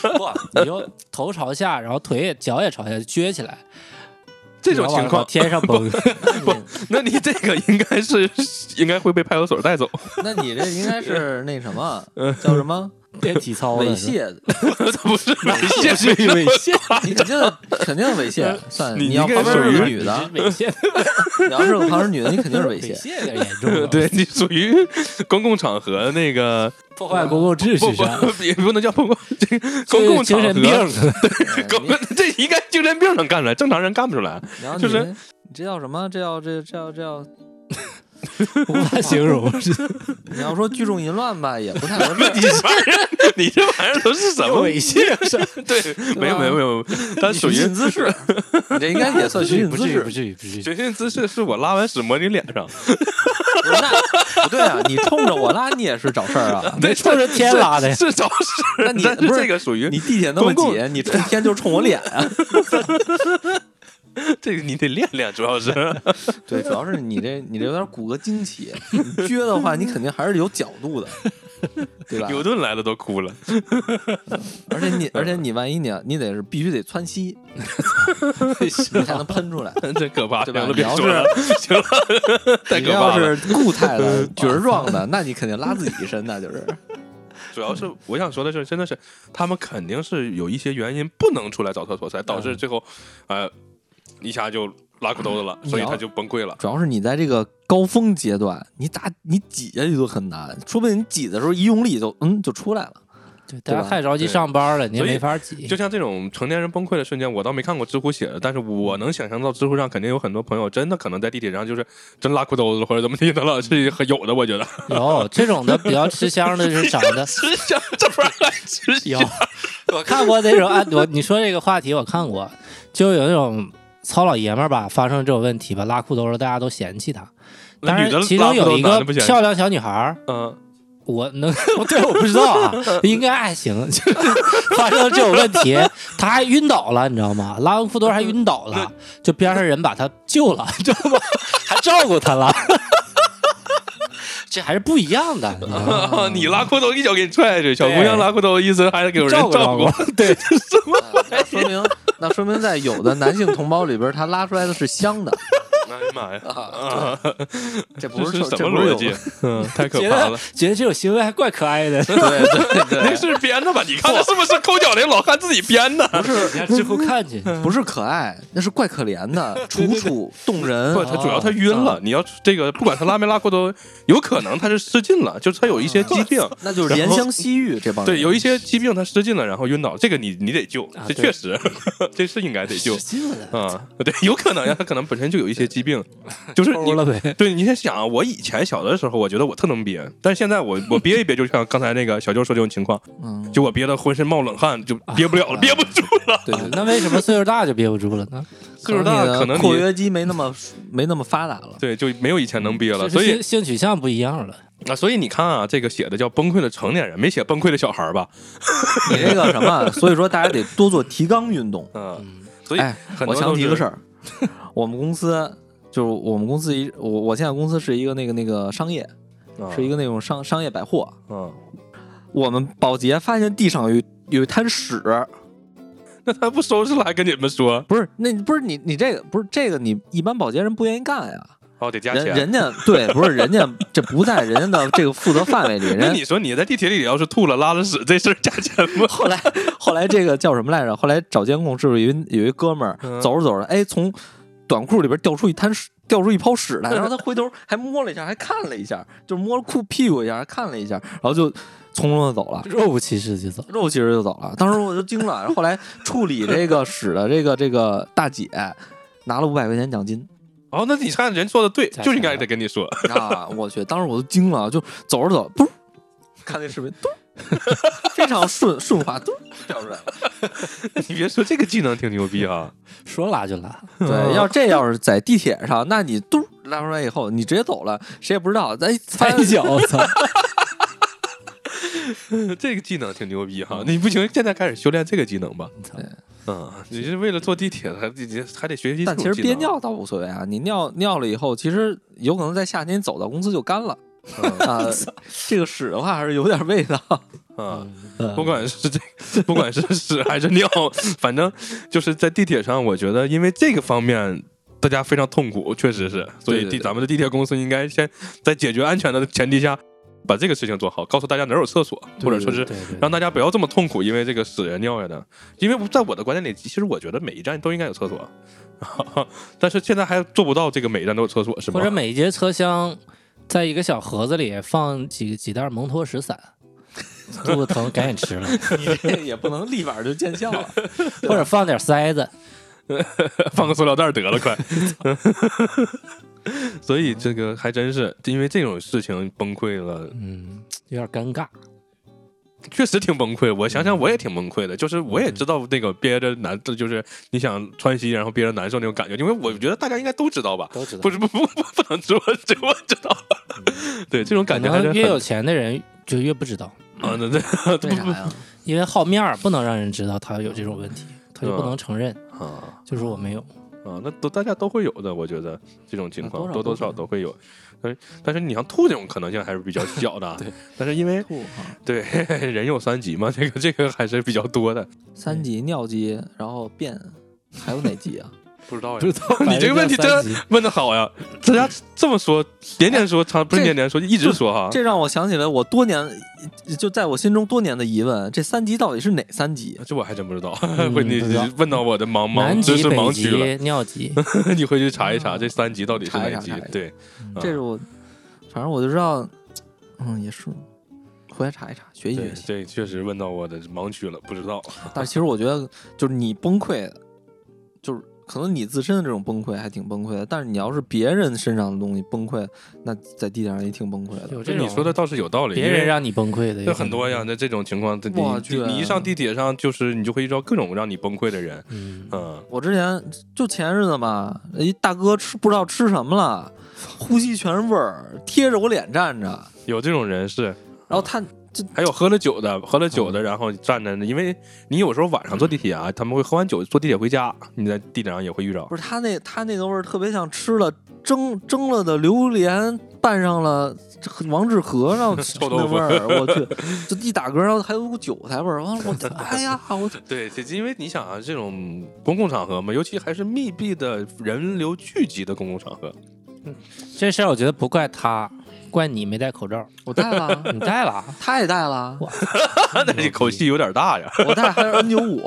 S6: 不，你就头朝下，然后腿也脚也朝下撅起来，
S4: 这种
S6: 然后往
S4: 情况
S6: 往，天上崩。
S4: 那你这个应该是应该会被派出所 带走，
S5: 那你这应该是那什 么叫什么
S6: 练体操
S5: 猥
S6: 的是吧，
S5: 亵？
S4: 不 是猥亵，
S6: 猥亵，
S5: 你肯定肯定猥亵，算
S4: 你
S5: 你要
S4: 应该
S5: 旁边
S4: 属于
S5: 是女的，
S6: 猥亵，
S5: 你要是旁边是女的，你肯定是猥
S6: 猥
S5: 亵。
S6: 亵有点严重了，
S4: 对你属于公共场合那个
S6: 破坏公共秩
S4: 不
S6: 序
S4: 不
S6: 上，
S4: 也不能叫公共这个
S6: 这
S4: 公
S6: 个
S4: 共
S6: 精
S4: 场合
S6: 神病，
S4: 狗这应该精神病能干出来，正常人干不出来。
S5: 然后
S4: 就
S5: 你
S4: 是
S5: 这你这叫什么？这叫这这叫这叫
S6: 无法形容。
S5: 你要说聚众淫乱吧，也不太合适。
S4: 你这玩意儿你这玩意儿都是什么？
S5: 猥亵是吧？
S4: 对，没有没有没有，它属于
S5: 寻衅滋事，你这应该也算
S6: 不至于
S5: 寻衅
S6: 不
S5: 滋
S6: 至于
S5: 事
S6: 不。至于不至于，
S4: 决心姿势是我拉完屎抹你脸上，
S5: 不是那不对啊，你冲着我拉，你也是找事儿 啊！
S6: 那冲着天拉的呀，
S4: 是找屎。
S5: 那你
S4: 但是
S5: 不是
S4: 这个属于
S5: 你地铁那么
S4: 公
S5: 挤，你冲天就冲我脸啊！
S4: 这个你得练练，主要是
S5: 对，主要是你这你这有点骨骼惊奇，你撅的话，你肯定还是有角度的，对吧？
S4: 牛顿来了都哭了。
S5: 而且你而且你万一你你得是必须得窜稀， 你才能喷出来。
S4: 真可怕！
S5: 对
S4: 行
S5: 吧
S4: 了，别
S5: 你要
S4: 说了，行了，太
S5: 你
S4: 可怕
S5: 要
S4: 了。
S5: 是固 态的、角儿状的，那你肯定拉自己一身，那就是。
S4: 主要是我想说的是，真的是他们肯定是有一些原因不能出来找厕所，才导致
S6: 嗯
S4: 最后，呃，一下就拉裤兜子了，
S5: 你
S4: 所以
S5: 要
S4: 他就崩溃了。
S5: 主要是你在这个高峰阶段，你打你挤下去都很难，说不定你挤的时候一用力就嗯就出来了。
S6: 对，大家
S5: 对吧
S6: 太着急
S4: 对
S6: 上班了，你也
S4: 所以
S6: 没法挤
S4: 就。像这种成年人崩溃的瞬间，我倒没看过知乎写的，但是我能想象到知乎上肯定有很多朋友真的可能在地铁上就是真拉裤兜子了或者怎么地的了，
S6: 嗯
S4: 是很有的。我觉得
S6: 有这种的比较吃香的是长 得
S4: 吃香，这玩意儿吃
S6: 有
S4: 香，
S6: 我看过那种啊，我你说这个话题我看过，就有那种糙老爷们儿吧，发生这种问题吧，拉裤兜了，大家都嫌弃他。
S4: 那
S6: 当
S4: 女的
S6: 然，其
S4: 拉
S6: 中
S4: 裤兜
S6: 有一
S4: 男
S6: 个
S4: 的不嫌弃
S6: 漂亮小女孩儿，
S4: 嗯，
S6: 我能对我不知道啊，应该还行， 就是发生这种问题，她还晕倒了，你知道吗？拉完裤兜还晕倒了，就边上人把她救了， 你知道吗？还照顾她了。 这还是不一样的，你知道吗
S4: 你拉裤兜一脚给你踹下去，小姑娘拉裤兜一直还给有人
S6: 照顾
S4: 照
S6: 照
S4: 顾
S6: 顾，， 对，
S5: 那哎说明 那说明在有的男性同胞里边，他拉出来的是香的，
S4: 哎呀妈呀！
S5: 啊这不
S4: 这
S5: 是
S4: 是什
S5: 这
S4: 么
S5: 不是
S4: 逻
S5: 有
S4: 辑？ 嗯，太可
S6: 觉
S4: 怕
S6: 得
S4: 了。
S6: 觉得这种行为还怪可爱的。
S5: 对对
S4: 那
S5: 对，
S4: 是编的吧？你看这是不是抠脚那老汉自己编的？
S5: 不是
S6: 你看知乎看 去，
S5: 不是可爱，那是怪可 怜的，楚楚动人
S4: 不，。他主要他晕了。你要这个，不管他拉没拉裤兜，有可能他是失禁了，就是他有一些疾病，
S5: 那就是怜香惜玉这帮人，
S4: 对，有一些疾病他失禁了，然后晕倒，这个你你得救，这确实， 这是应该得救
S6: 使。劲了，
S4: 啊、对，有可能呀，他可能本身就有一些疾病， 就是你
S6: 抽了呗。
S4: 对，你先想啊，我以前小的时候，我觉得我特能憋，但是现在我我憋一憋，就像刚才那个小舅说这种情况，
S5: 嗯，啊
S4: 就我憋得浑身冒冷汗，就憋不了 了，憋不住了。
S5: 对对对，
S6: 那为什么岁数大就憋不住了呢？
S4: 岁数大，
S5: 你的
S4: 可能
S5: 括
S4: 你
S5: 约肌没那么没那么发达了。
S4: 对就没有以前能憋了，
S6: 就是
S4: 所以
S6: 性性取向不一样了。
S4: 啊，所以你看啊，这个写的叫崩溃的成年人，没写崩溃的小孩儿吧？
S5: 你这个 什么，所以说大家得多做提纲运动。
S4: 嗯，所以
S5: 哎
S4: 很
S5: 我
S4: 多
S5: 想
S4: 都
S5: 起一
S4: 是
S5: 个事儿，我们公司就是我们公司一我我现在公司是一个那个那个商业，
S4: 啊
S5: 是一个那种商商业百货。
S4: 嗯，
S5: 我们保洁发现地上有有一滩屎，
S4: 那他不收拾了还跟你们说，
S5: 不是那不是你你这个不是这个你一般保洁人不愿意干呀，
S4: 哦，得加
S5: 人
S4: 钱。
S5: 人家对不是人家这不在人家的这个负责范 围里，
S4: 那
S5: 人
S4: 你说你在地铁里要是吐了拉了屎，这事儿加钱吗？
S5: 后来后来这个叫什么来着？后来找监控，是不是有一有一哥们儿
S4: 嗯
S5: 走着走着，哎，从短裤里边掉出一滩屎，掉出一泡屎来，然后他回头还摸了一下，还看了一下，就是摸了裤屁股一下，还看了一下，然后就从容的走了。
S6: 若无其事就走，
S5: 肉其实就走了，当时我就惊了。然后 后来处理这个屎的这个这个大姐拿了五百块钱奖金
S4: 哦，那你看人说的对，
S6: 加
S4: 就应该
S6: 钱
S4: 得跟你说。
S5: 啊！我去，当时我都惊了，就走着走，嘟，看那视频，嘟，非常顺顺滑，嘟掉出来了。
S4: 你别说这个技能挺牛逼啊！
S6: 说拉就拉。
S5: 对，要这要是在地铁上，那你嘟拉出来以后，你直接走了，谁也不知道。哎咱
S6: 踩
S5: 翻
S6: 一脚， 我操！
S4: 这个技能挺牛逼哈、你不行，现在开始修炼这个技能吧
S6: 对。
S4: 嗯，你是为了坐地铁还得还得学习这种技能。
S5: 但其实憋尿倒无所谓啊，你尿尿了以后，其实有可能在夏天走到公司就 干了。啊，这个屎的话还是有点味道。
S4: 啊，
S6: 嗯
S4: 不管是这，不管是屎还是尿， 反正就是在地铁上，我觉得因为这个方面。大家非常痛苦，确实是，所以
S5: 对对
S4: 地
S5: 对
S4: 咱们的地铁公司应该先在解决安全的前提下，把这个事情做好，告诉大家哪儿有厕所，或者说是
S6: 对对
S4: 让大家不要这么痛苦，因为这个屎呀尿呀的。因为在我的观念里，其实我觉得每一站都应该有厕所， 但是现在还做不到这个每一站都有厕所，是吗
S6: 或者？每一节车厢，在一个小盒子里放几几袋蒙脱石散，肚子疼赶紧吃了，
S5: 你这也不能立马就见效 了。
S6: 或者放点塞子。
S4: 放个塑料袋儿得了，快。 所以这个还真是因为这种事情崩溃了，
S6: 嗯，有点尴尬。
S4: 确实挺崩溃。我想想，我也挺崩溃的，就是我也知道那个憋着难，就是你想穿西，然后憋着难受那种感觉，因为我觉得大家应该都知道吧。
S6: 都知道。
S4: 不是 不不不不能说，只有我知道。
S6: 嗯
S4: 对，这种感觉还
S6: 可
S4: 是
S6: 能
S4: 很
S6: 越有钱的人就越不知道，
S4: 啊，对对，
S5: 为啥呀？
S6: 因为好面儿，不能让人知道他有这种问题，他就不能承认，
S4: 啊。
S6: 就是我没有。
S4: 啊，那都大家都会有的，我觉得这种情
S5: 啊
S4: 况、
S5: 多少
S4: 多
S5: 都
S4: 多
S5: 会
S4: 少
S5: 有
S4: 都会有。但是但是你像吐这种可能性还是比较小的啊，
S5: 对
S4: 但是因为
S5: 吐啊！
S4: 对 人有三级嘛，这个这个还是比较多的。
S5: 三级尿级，然后便，还有哪级 啊？
S4: 不知道
S6: 不知
S4: 呀，
S6: 道
S4: 你这个问题真问的好呀！大家这么说，点点说，长不是
S5: 这
S4: 点点说，一直说哈。
S5: 这让我想起来我多年就在我心中多年的疑问：这三级到底是哪三级？啊
S4: 这我还真不知道，
S6: 嗯
S4: 会你
S6: 不知道
S4: 问到我的茫茫
S6: 南
S4: 知
S6: 极、
S4: 识
S6: 北
S4: 盲区了，
S6: 极、尿极，
S4: 你回去查一查这三级到底是
S5: 查
S4: 哪
S5: 一查
S4: 级
S5: 查一查？
S4: 对， 啊
S5: 这是我，反正我就知道，嗯，也是，回来查一查，学习
S4: 对
S5: 学，习。
S4: 这确实问到我的盲区了，不知道。
S5: 但是其实我觉得，就是你崩溃，就是可能你自身的这种崩溃还挺崩溃的，但是你要是别人身上的东西崩溃，那在地铁上也挺崩溃的。
S6: 有这
S4: 这
S6: 种
S4: 你说的倒是有道理，
S6: 别
S4: 因为
S6: 人让你崩溃的
S4: 有
S6: 有
S4: 很多呀，。那这种情况，这
S5: 我
S4: 你
S5: 去
S4: 你一上地铁上，就是你就会遇到各种让你崩溃的人，
S6: 嗯，
S4: 嗯，
S5: 我之前就前日子嘛，一大哥吃不知道吃什么了，呼吸全是味儿，贴着我脸站着，
S4: 有这种人是，
S5: 然后他
S4: 还有喝了酒的，喝了酒的，然后站着，因为你有时候晚上坐地铁啊，他们会喝完酒坐地铁回家，你在地铁上也会遇到
S5: 不，是他那他那个味儿特别像吃了蒸蒸了的榴莲拌上了这王致和那
S4: 臭豆
S5: 那
S4: 腐
S5: 味儿，我去，就一打嗝，然后还有股韭菜味儿，完了我哎呀，我
S4: 对，这因为你想啊，这种公共场合嘛，尤其还是密闭的人流聚集的公共场合，
S6: 这事儿我觉得不怪他，怪你没戴 口罩。
S5: 我戴了，
S6: 你戴了啊，
S5: 他也戴了，
S4: 那这口气有点大 呀，
S5: 我戴还是 N 九五，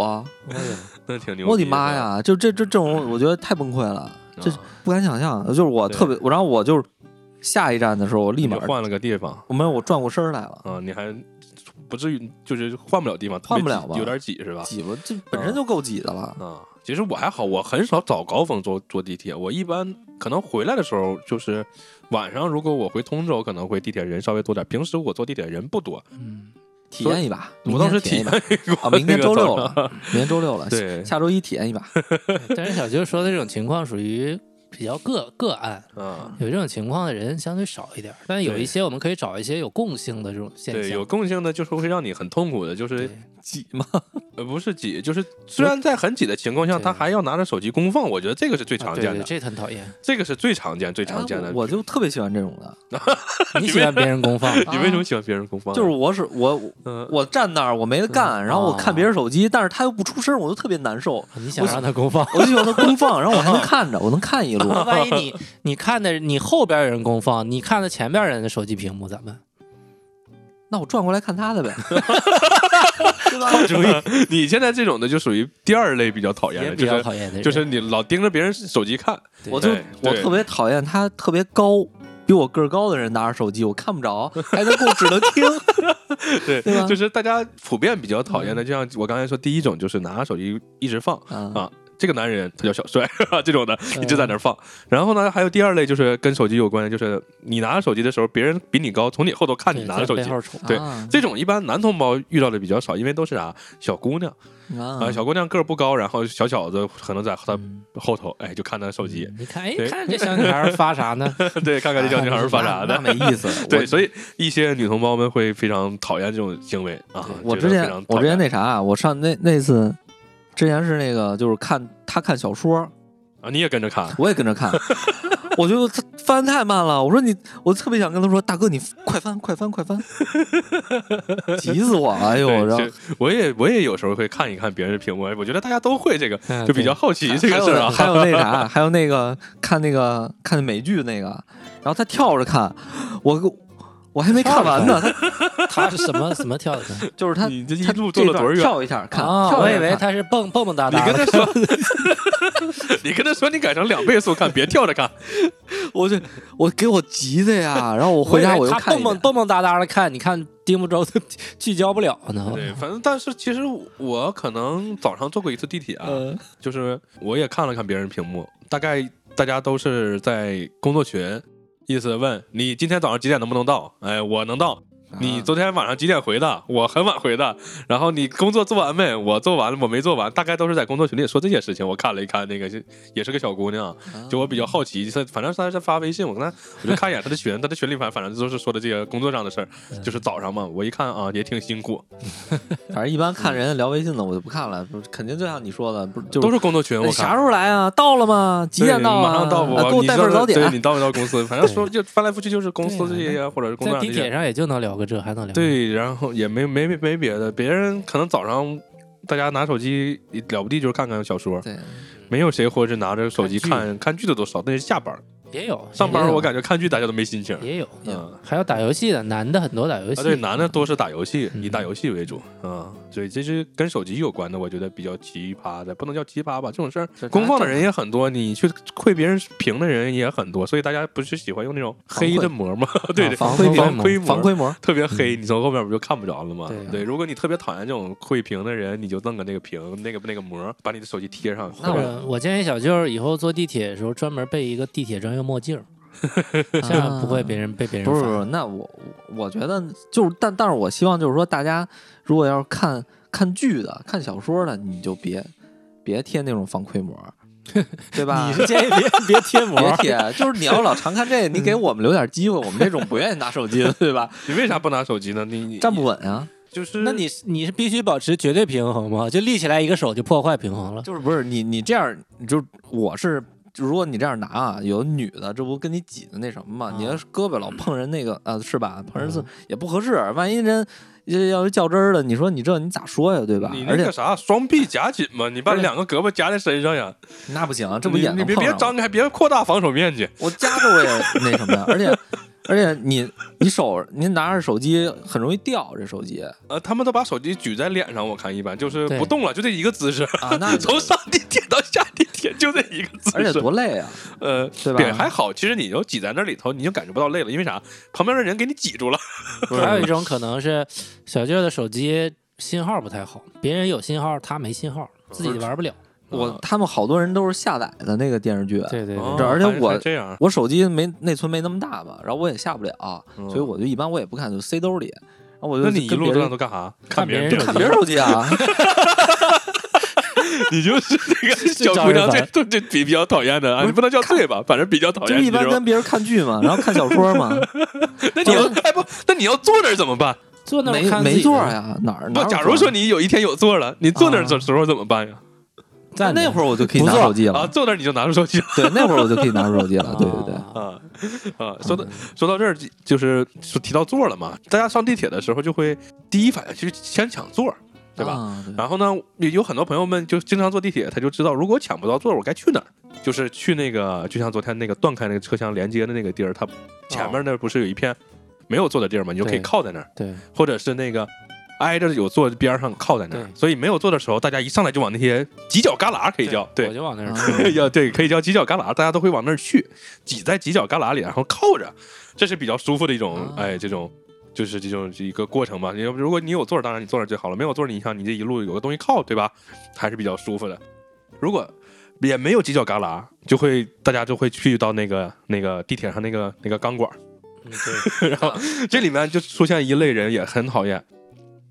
S4: 那挺牛，
S5: 我的妈！呀，就这这这种我觉得太崩溃了，这不敢想象，就是我
S4: 啊对
S5: 特别，我然后我就是下一站的时候，我立
S4: 立
S5: 马
S4: 马换了个地方
S5: 我没有我转过身儿来了，
S4: 啊，你还不至于就是换不了地方，
S5: 换不了吧
S4: 有点挤是吧？
S5: 挤吧，这本身就够挤的了，
S4: 啊，其实我还好，我很少早高峰坐坐地铁，我一般可能回来的时候就是晚上，如果我回通州，可能会地铁人稍微多点。平时我坐地铁人不多，
S6: 嗯，
S5: 体验一把，
S4: 我当时体
S5: 体
S4: 验
S5: 一把。
S4: 过、
S5: 啊，明天周六了，， 明天周六了，
S4: 对
S5: 下周一体验一把。
S6: 但是小舅说的这种情况属于比较个个案，
S4: 啊，
S6: 有这种情况的人相对少一点儿，但有
S4: 对
S6: 一些我们可以找一些有共性的这种现
S4: 对，有
S6: 象。
S4: 共性的就是会让你很痛苦的，就是
S6: 对
S5: 挤嘛，
S4: 呃不是挤，就是虽然在很挤的情况下，
S6: 对
S4: 他还要拿着手机公放，我觉得这个是最
S6: 啊
S4: 常
S6: 对
S4: 见
S6: 对，哎
S4: 的，
S6: 这很讨 厌。
S4: 这个是最常见最常见的。
S5: 哎我就特别喜欢这种的，
S6: 你喜欢别人公放，
S4: 你为什么喜欢别人公放啊？
S5: 就是我是我
S4: 嗯
S5: 我站那儿我没得干，然后我看别人手机，但是他又不出声，我就特别难受。
S6: 你想让他公放？
S5: 我就喜欢他公放，然后我还能看着，我能看一路。
S6: 万一你你看的你后边有人公放，你看的前边人的手机屏幕咋办？
S5: 那我转过来看他 的呗，
S4: 你现在这种的就属于第二类比较讨厌
S6: 也
S4: 的，
S6: 比
S4: 就
S6: 较
S4: 是
S6: 讨厌的人，
S4: 就是你老盯着别人手机看，
S5: 我就
S4: 对
S5: 我
S4: 对
S5: 特别讨厌他特别高。比我个儿高的人拿着手机，我看不着，还能够只能 听。
S4: 对，
S5: 对吧嗯
S4: 就是大家普遍比较讨厌的，就像我刚才说，第一种就是拿手机一直放
S5: 啊，
S4: 啊，这个男人他叫小帅 这种的，
S5: 嗯
S4: 一直在那儿放。然后呢，还有第二类就是跟手机有关的，就是你拿着手机的时候，别人比你高，从你后头看
S6: 对
S4: 你拿着手
S6: 在
S4: 机
S6: 背。后瞅
S4: 对
S5: 啊
S4: 这种一般男同胞遇到的比较少，因为都是啥、小姑娘啊、
S5: 啊，
S4: 小姑娘个儿不高，然后小小子可能在她
S6: 嗯
S4: 后头，哎，就看她手
S5: 嗯
S4: 机，
S6: 你看，哎，
S4: 对
S6: 看这小女孩儿发啥呢？
S4: 对，看看这小女孩儿发啥
S5: 那
S4: 的。
S5: 没意思。
S4: 对，
S5: 我
S4: 所以一些女同胞们会非常讨厌这种行为啊。
S5: 我
S4: 觉
S5: 之
S4: 得
S5: 前
S4: 非常讨
S5: 我之前
S4: 厌
S5: 那啥啊，我上那那次，之前是那个就是看他看小说，
S4: 啊，你也跟着看，
S5: 我也跟着看， 我觉得他翻太慢了，我说你，我特别想跟他说，大哥你快翻快翻快翻，急死我了，哎呦，
S4: 对，
S5: 然后
S4: 这我也我也有时候会看一看别人的屏幕，哎我觉得大家都会这个，
S6: 嗯
S4: 就比较好奇 这个事儿啊。
S5: 啊还有那还有那啥，还有那个看那个看美剧那个，然后他跳着看，我我还没看完呢，他
S6: 她是什么什么跳 的？
S5: 就是他
S4: 你这一
S5: 他
S4: 路坐了多少远？
S5: 跳一下看，
S6: 啊，
S5: 跳
S6: 我
S5: 一
S6: 以
S5: 下
S6: 为
S5: 看
S6: 她是蹦蹦蹦哒
S4: 你
S6: 哒
S4: 跟他
S6: 的。
S4: 说， 你跟他说，你改成两倍速看，别跳着 看。
S5: 我就我给我急的呀，然后我回家
S6: 以
S5: 我
S6: 为
S5: 又
S6: 她
S5: 看一
S6: 蹦
S5: 遍
S6: 蹦蹦蹦哒哒的看，你看盯不着， 聚焦不了
S5: 哦
S6: 呢。
S4: 对，反正但是其实我可能早上坐过一次地铁啊，
S5: 嗯
S4: 就是我也看了看别人屏幕，大概大家都是在工作群，意思问你今天早上几点能不能到？哎，我能到。
S5: 啊
S4: 你昨天晚上几点回的？我很晚回的。然后你工作做完没？我做完了，我没做完。大概都是在工作群里说这些事情。我看了一看，那个是也是个小姑
S5: 啊
S4: 娘，就我比较好奇，她反正她在发微信，我跟她我就看一眼她的 群，她的群里反反正都是说的这些工作上的事儿。
S5: 嗯
S4: 就是早上嘛，我一看啊，也挺辛苦，
S5: 反正一般看人家聊微信的，我就不看了，不是肯定就像你说的，不是就
S4: 都是工作群。
S5: 哎
S4: 我
S5: 啥
S4: 看
S5: 时候来啊？到了吗？几点到
S4: 对
S5: 啊？
S4: 马上到
S5: 啊
S4: 我，
S5: 给我
S4: 你
S5: 带
S4: 知道
S5: 份早点。啊
S4: 对你到没到公司？反正说就翻来覆去就是公司这
S6: 对
S4: 些呀，或者是工作上
S6: 在地
S4: 这些
S6: 铁上也就能聊个这，还能聊
S4: 对，然后也没没没别的，别人可能早上大家拿手机了不地就是看看小说，
S5: 对，
S4: 没有谁或者是拿着手机
S6: 嗯看剧
S4: 看看剧的都少，那是下班儿。
S6: 也有
S4: 上班
S6: 也
S4: 儿
S6: 有
S4: 我感觉看剧大家都没心情。
S6: 也有，
S4: 嗯，啊
S6: 还有打游戏的，男的很多打游戏，
S4: 对，男的多是打游戏，
S6: 嗯
S4: 以打游戏为主啊，所以这是跟手机有关的，我觉得比较奇葩的，不能叫奇葩吧，这种事儿
S5: 是
S4: 公放的人也很多，你去窥别人屏的人也很多，所以大家不是喜欢用那种黑的膜吗？ 对对，
S5: 防
S6: 啊窥
S5: 窥
S6: 屏
S5: 膜，
S4: 窥膜
S5: 防，窥膜。
S4: 特别黑，
S5: 嗯
S4: 你从后面不就看不着了吗？
S5: 啊
S6: 对
S4: 如果你特别讨厌这种绘屏的人，你就弄个那个屏，那个那个膜，把你的手机贴上。
S6: 那我我建议小舅儿以后坐地铁的时候专门备一个地铁专用墨镜 儿，这样不会被人被别人
S5: 不是不
S6: 发
S5: 是，那我我我觉得就是，但但是我希望就是说，大家如果要是看看剧的、看小说的，你就别别贴那种防窥膜，对 吧？
S6: 你是建议别别贴膜
S5: 别
S6: 儿，
S5: 贴，就是你要老常看这，你
S4: 嗯
S5: 给我们留点机会，我们这种不愿意拿手机的，对 吧？
S4: 你为啥不拿手机呢？你你
S5: 站不稳啊，
S4: 就是
S6: 那你是你是必须保持绝对平衡吗？就立起来一个手就破坏平衡了。
S5: 就是不是你你这样，你就我是。就如果你这样拿啊，有女的这不跟你挤的那什么嘛？
S6: 啊
S5: 你要是胳膊老碰人那个啊，是吧？碰人是
S6: 嗯
S5: 也不合适，万一人要要是较真儿的，你说你这你咋说呀，对吧
S4: 你？
S5: 而
S4: 那
S5: 且
S4: 个啥双臂夹紧嘛，你把
S5: 而且
S4: 两个胳膊夹在身上呀，
S5: 那不行啊，这不眼
S4: 你
S5: 睛
S4: 别
S5: 碰
S4: 别
S5: 上了
S4: 张开，别扩大防守面积。
S5: 我夹着我也那什么 呀，而且而且你你手您拿着手机很容易掉这手机啊，
S4: 呃，他们都把手机举在脸上，我看一般就是
S6: 对
S4: 不动了，就这一个姿势，
S5: 啊 那
S4: 从上地铁到下地铁就这一个姿势。
S5: 嗯而且多累啊，
S4: 呃，
S5: 对吧
S4: 对，还好，其实你就挤在那里头，你就感觉不到累了，因为啥？旁边的人给你挤住了。
S6: 还有一种可能是小舅儿的手机信号不太好，别人有信号，他没信号，自己玩不了。
S5: 我他们好多人都是下载的那个电视剧，
S6: 对对
S4: 哦
S5: 这
S6: 对，
S5: 而且
S4: 还是
S5: 我
S4: 还这样，
S5: 我手机没内存没那么大吧，然后我也下不了，
S4: 嗯
S5: 所以我就一般我也不看，就塞兜里。然后我就
S4: 那你一
S5: 跟
S4: 路
S5: 别人
S4: 上都干啥？
S6: 看别人
S4: 别人
S5: 看别人手机啊？
S4: 你就是这 个小
S6: 招
S4: 姑
S6: 人
S4: 娘最
S6: 烦
S4: 最最比比较讨厌的啊，你不能叫最吧，反正比较 讨
S5: 就
S4: 厌。
S5: 是一般
S4: 你知道
S5: 跟
S4: 吗
S5: 别人看剧嘛，然后看小说 嘛，
S4: 那你要哎不，那你要坐那儿怎么办？
S6: 坐那儿
S5: 没
S6: 看自
S5: 没
S6: 己
S5: 座
S6: 的
S5: 儿呀，哪儿？哪
S4: 不，
S5: 儿有
S4: 假
S5: 座
S4: 如
S5: 儿
S4: 说你有一天有座了，你坐那儿的
S6: 啊
S4: 时候怎么办呀？
S5: 那
S6: 站
S5: 那
S6: 着
S5: 会儿我就可以
S6: 不
S5: 拿
S6: 坐
S5: 手机
S4: 啊，
S5: 了，
S4: 坐那儿你就拿出手机了
S5: 对，那会儿我就可以拿手机了，对对对。
S6: 啊
S4: 啊 啊！说到说到这儿，就是说提到座了嘛，大家上地铁的时候就会第一反应就是先抢座，对吧？
S5: 啊对
S4: 然后呢，也有很多朋友们就经常坐地铁，他就知道如果抢不到座，我该去哪儿？就是去那个，就像昨天那个断开那个车厢连接的那个地儿，它前面那儿不是有一片没有座的地儿吗？你就可以
S6: 哦对
S4: 靠在那儿，
S6: 对，
S4: 或者是那个挨着有座边上靠在那儿
S6: 对。
S4: 所以没有座的时候，大家一上来就往那些犄角旮旯可以叫，
S6: 我
S4: 对，
S6: 就往那儿
S5: 啊
S6: 冲。
S4: 要对可以叫犄角旮旯，大家都会往那儿去，挤在犄角旮旯里，然后靠着，这是比较舒服的一种，
S5: 啊
S4: 哎，这种。就是这种一个过程吧，你要不如果你有座儿，当然你坐那儿最好了；没有座儿，你想你这一路有个东西靠，对吧？还是比较舒服的。如果也没有犄角旮旯，就会大家就会去到那个那个地铁上那个那个钢管儿，
S6: 嗯对，
S4: 然后这里面就出现一类人也很讨厌，